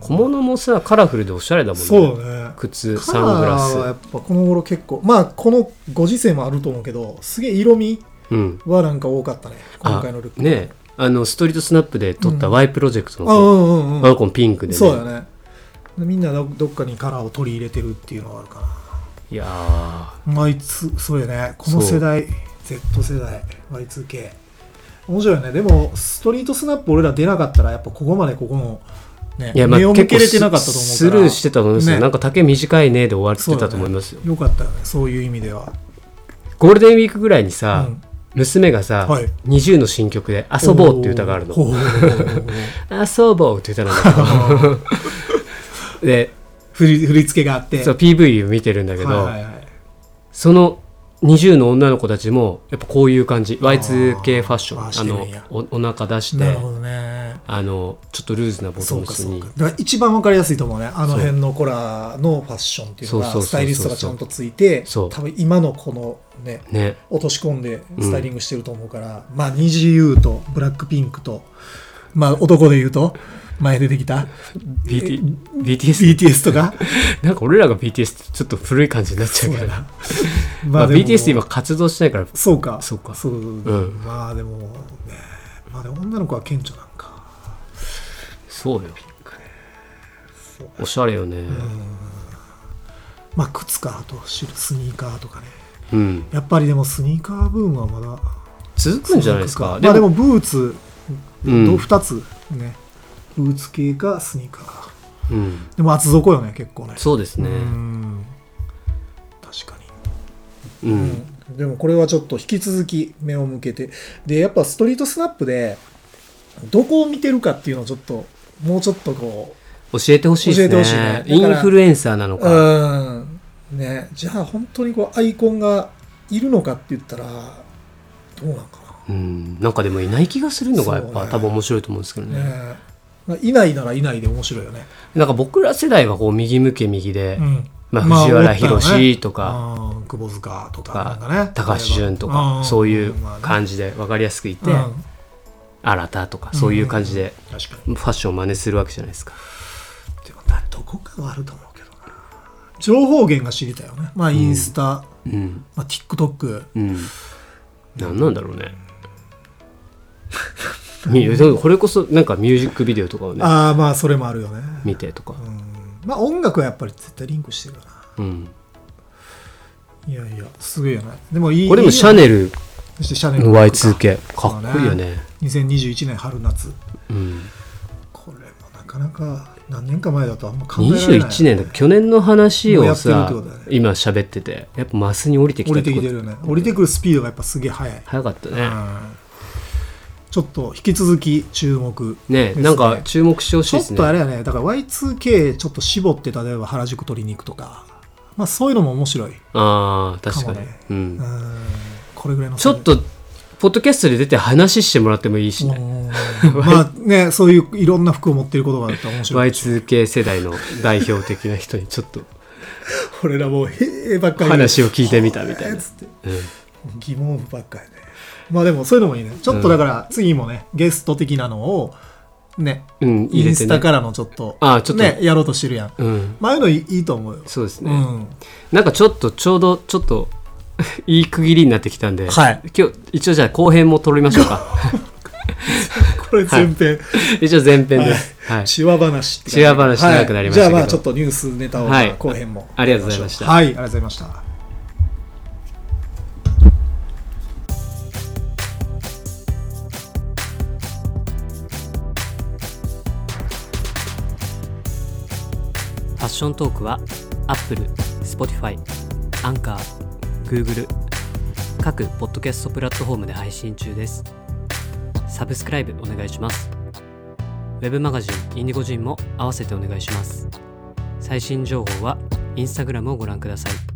[SPEAKER 2] 小物もさカラフルでおしゃれだもんね
[SPEAKER 3] そうね。
[SPEAKER 2] 靴
[SPEAKER 3] カラ
[SPEAKER 2] サングラ
[SPEAKER 3] ーはや
[SPEAKER 2] ス
[SPEAKER 3] っぱこの頃結構まあこのご時世もあると思うけどすげえ色味
[SPEAKER 2] うん
[SPEAKER 3] はなんか多かったね今
[SPEAKER 2] あ
[SPEAKER 3] 回のルック
[SPEAKER 2] ねえあのストリートスナップで撮った Y プロジェクトの
[SPEAKER 3] あう
[SPEAKER 2] 子、
[SPEAKER 3] んうん
[SPEAKER 2] あ
[SPEAKER 3] う
[SPEAKER 2] の
[SPEAKER 3] ん
[SPEAKER 2] 子もピンクでね
[SPEAKER 3] そうだねみんなどどっかにカラーを取り入れてるっていうのはあるか
[SPEAKER 2] いやー
[SPEAKER 3] な Y2 そうやねこの世代 Z 世代 Y2K 面白いよねでもストリートスナップ俺ら出なかったらやっぱここまでここのね
[SPEAKER 2] いや、まあ、
[SPEAKER 3] 目を向けれてなかったと
[SPEAKER 2] 結構
[SPEAKER 3] 思うから
[SPEAKER 2] ススルーしてたと思いますよ、
[SPEAKER 3] ね
[SPEAKER 2] なんか丈短いねで終わ
[SPEAKER 3] そう
[SPEAKER 2] って
[SPEAKER 3] だ
[SPEAKER 2] た
[SPEAKER 3] ね
[SPEAKER 2] と思いますよ、
[SPEAKER 3] よかったよねそういう意味では
[SPEAKER 2] ゴールデンウィークぐらいにさ、
[SPEAKER 3] うん
[SPEAKER 2] 娘がさ、
[SPEAKER 3] はい
[SPEAKER 2] NiziU の新曲で「遊ぼう」っていう歌があるの「
[SPEAKER 3] ほうほうほうほうほう
[SPEAKER 2] 遊ぼう」っていう歌なんだけど
[SPEAKER 3] [laughs]
[SPEAKER 2] で
[SPEAKER 3] 振り振り付けがあって
[SPEAKER 2] そう PV を見てるんだけど、
[SPEAKER 3] はいはいはい、
[SPEAKER 2] その20の女の子たちもやっぱこういう感じ Y2K ファッション
[SPEAKER 3] あ
[SPEAKER 2] あ
[SPEAKER 3] ーしてるんや
[SPEAKER 2] のおお腹出し
[SPEAKER 3] な
[SPEAKER 2] て
[SPEAKER 3] るほどね
[SPEAKER 2] あのちょっとルーズなボト
[SPEAKER 3] そう
[SPEAKER 2] ム
[SPEAKER 3] か
[SPEAKER 2] ス
[SPEAKER 3] そう
[SPEAKER 2] に
[SPEAKER 3] かだから一番わかりやすいと思うねあの
[SPEAKER 2] そう
[SPEAKER 3] 辺のコラのファッションっていうの
[SPEAKER 2] そうそうそうそ
[SPEAKER 3] が
[SPEAKER 2] う
[SPEAKER 3] スタイリストがちゃんとついて
[SPEAKER 2] そ
[SPEAKER 3] 多
[SPEAKER 2] う
[SPEAKER 3] 分今のこのね
[SPEAKER 2] ね
[SPEAKER 3] 落とし込んでスタイリングしてると思うから、まあ NiziU とブラックピンクとまあ男で言うと前出てき
[SPEAKER 2] [laughs]
[SPEAKER 3] た
[SPEAKER 2] BT BTS
[SPEAKER 3] BTS とか
[SPEAKER 2] なんか俺らが BTS ってちょっと古い感じになっちゃうけど [laughs] まあ、
[SPEAKER 3] でも
[SPEAKER 2] BTS って今活動してないから
[SPEAKER 3] そうか
[SPEAKER 2] そうか
[SPEAKER 3] そう、
[SPEAKER 2] ん
[SPEAKER 3] まあでもねまあでも女の子は顕著なんか
[SPEAKER 2] そうよおしゃれよね
[SPEAKER 3] まあ靴かあとシルスニーカーとかね
[SPEAKER 2] うん、
[SPEAKER 3] やっぱりでもスニーカーブームはまだ
[SPEAKER 2] 続くんじゃないですか
[SPEAKER 3] まあでもブーツ、
[SPEAKER 2] うん
[SPEAKER 3] ど2つねブーツ系かスニーカーか
[SPEAKER 2] うん、
[SPEAKER 3] でも厚底よね結構ね
[SPEAKER 2] そうですね
[SPEAKER 3] うん確か
[SPEAKER 2] うん、
[SPEAKER 3] に、うん、でもこれはちょっと引き続き目を向けてでやっぱストリートスナップでどこを見てるかっていうのをちょっともうちょっとこ
[SPEAKER 2] 教えてほしいですね
[SPEAKER 3] 教えてほしいね
[SPEAKER 2] インフルエンサーなの
[SPEAKER 3] うう
[SPEAKER 2] か
[SPEAKER 3] ーんねじゃあ本当にこうアイコンがいるのかって言ったらどうなんかな
[SPEAKER 2] うんなんかでもいない気がするのがやっ
[SPEAKER 3] そう
[SPEAKER 2] ぱ、
[SPEAKER 3] ね
[SPEAKER 2] 多分面白いと思うんですけどね
[SPEAKER 3] ねまあいないならいないで面白いよね。
[SPEAKER 2] なんか僕ら世代はこう右向け右で、
[SPEAKER 3] うん
[SPEAKER 2] まあ、藤原
[SPEAKER 3] まあ
[SPEAKER 2] 宏とか、
[SPEAKER 3] うん久保塚とかなんかね
[SPEAKER 2] 高橋純とかそういう感じで分かりやすくいて、
[SPEAKER 3] まあね
[SPEAKER 2] 新たとかそういう感じで
[SPEAKER 3] うん確か
[SPEAKER 2] ファッションを真似するわけじゃないですか
[SPEAKER 3] にでもだどこかはあると思うけどな情報源が知りたいよねまあインスタ、
[SPEAKER 2] うん
[SPEAKER 3] まあ、TikTok [laughs]
[SPEAKER 2] うん、なんなんだろうね。みこれこそなんかミュージックビデオとかをね
[SPEAKER 3] ああまあそれもあるよね
[SPEAKER 2] 見てとか、
[SPEAKER 3] うんまあ音楽はやっぱり絶対リンクしてるよな
[SPEAKER 2] うん、
[SPEAKER 3] いやいやすげえよねでもいい
[SPEAKER 2] これでもシャネル
[SPEAKER 3] そしてシャネル
[SPEAKER 2] の Y2K かっこいいよね
[SPEAKER 3] 2021年春夏
[SPEAKER 2] うん、
[SPEAKER 3] これもなかなか何年か前だとあんま考えられない、
[SPEAKER 2] 21年だ去年の話をさ、
[SPEAKER 3] もうやってるってことだね
[SPEAKER 2] 今喋っててやっぱマスに降りてき
[SPEAKER 3] 降
[SPEAKER 2] たっ
[SPEAKER 3] りて
[SPEAKER 2] て
[SPEAKER 3] き
[SPEAKER 2] こ
[SPEAKER 3] て
[SPEAKER 2] と
[SPEAKER 3] るよね降りてくるスピードがやっぱすげえ速い、
[SPEAKER 2] 早かった
[SPEAKER 3] う
[SPEAKER 2] ね、
[SPEAKER 3] んちょっと引き続き注目
[SPEAKER 2] ね
[SPEAKER 3] です
[SPEAKER 2] なんか注目してほし
[SPEAKER 3] ち
[SPEAKER 2] い
[SPEAKER 3] ょ
[SPEAKER 2] で
[SPEAKER 3] っ
[SPEAKER 2] すね
[SPEAKER 3] とあれやねだから Y2K ちょっと絞って例えば原宿取りに行くとかまあそういうのも面白い
[SPEAKER 2] ああ確かに
[SPEAKER 3] かもね
[SPEAKER 2] うん
[SPEAKER 3] うんこれぐらいの
[SPEAKER 2] ちょっとポッドキャストで出て話してもらってもいいしね、
[SPEAKER 3] うんまあねそういういろんな服を持ってることがあったら面白い
[SPEAKER 2] Y2K 世代の代表的な人にちょっと
[SPEAKER 3] 俺らもうへえばっかり
[SPEAKER 2] 話を聞いてみたみたい
[SPEAKER 3] え
[SPEAKER 2] な
[SPEAKER 3] っ。つって
[SPEAKER 2] うん
[SPEAKER 3] 疑問符ばっかりねまあでもそういうのもいいねちょっとだから次もね、ゲスト的なのをね
[SPEAKER 2] うん、入
[SPEAKER 3] イン
[SPEAKER 2] れて
[SPEAKER 3] ス
[SPEAKER 2] ね
[SPEAKER 3] タ。からのちょっと
[SPEAKER 2] あちょっと
[SPEAKER 3] ねやろうとしてるやん
[SPEAKER 2] うん、
[SPEAKER 3] 前のいいいいと思うよ
[SPEAKER 2] そうです
[SPEAKER 3] う
[SPEAKER 2] ね。
[SPEAKER 3] ん
[SPEAKER 2] なんかちょっと、ちょうど、ちょっと、 [laughs] いい区切りになってきたんで、
[SPEAKER 3] はい
[SPEAKER 2] 今日、一応じゃあ後編も撮りましょう
[SPEAKER 3] [laughs]
[SPEAKER 2] か。
[SPEAKER 3] これ前編、
[SPEAKER 2] 一応前編です。はい。
[SPEAKER 3] チワ話って感じ
[SPEAKER 2] チワ話長くなりましたけど
[SPEAKER 3] はいじゃあまあちょっとニュースネタを
[SPEAKER 2] はい
[SPEAKER 3] 後編も、
[SPEAKER 2] ありがとうございました
[SPEAKER 3] はいありがとうございました
[SPEAKER 1] ファッショントークは Apple、Spotify、Anchor、Google 各ポッドキャストプラットフォームで配信中です。サブスクライブお願いします。ウェブマガジンインディゴジンも合わせてお願いします。最新情報は Instagram をご覧ください。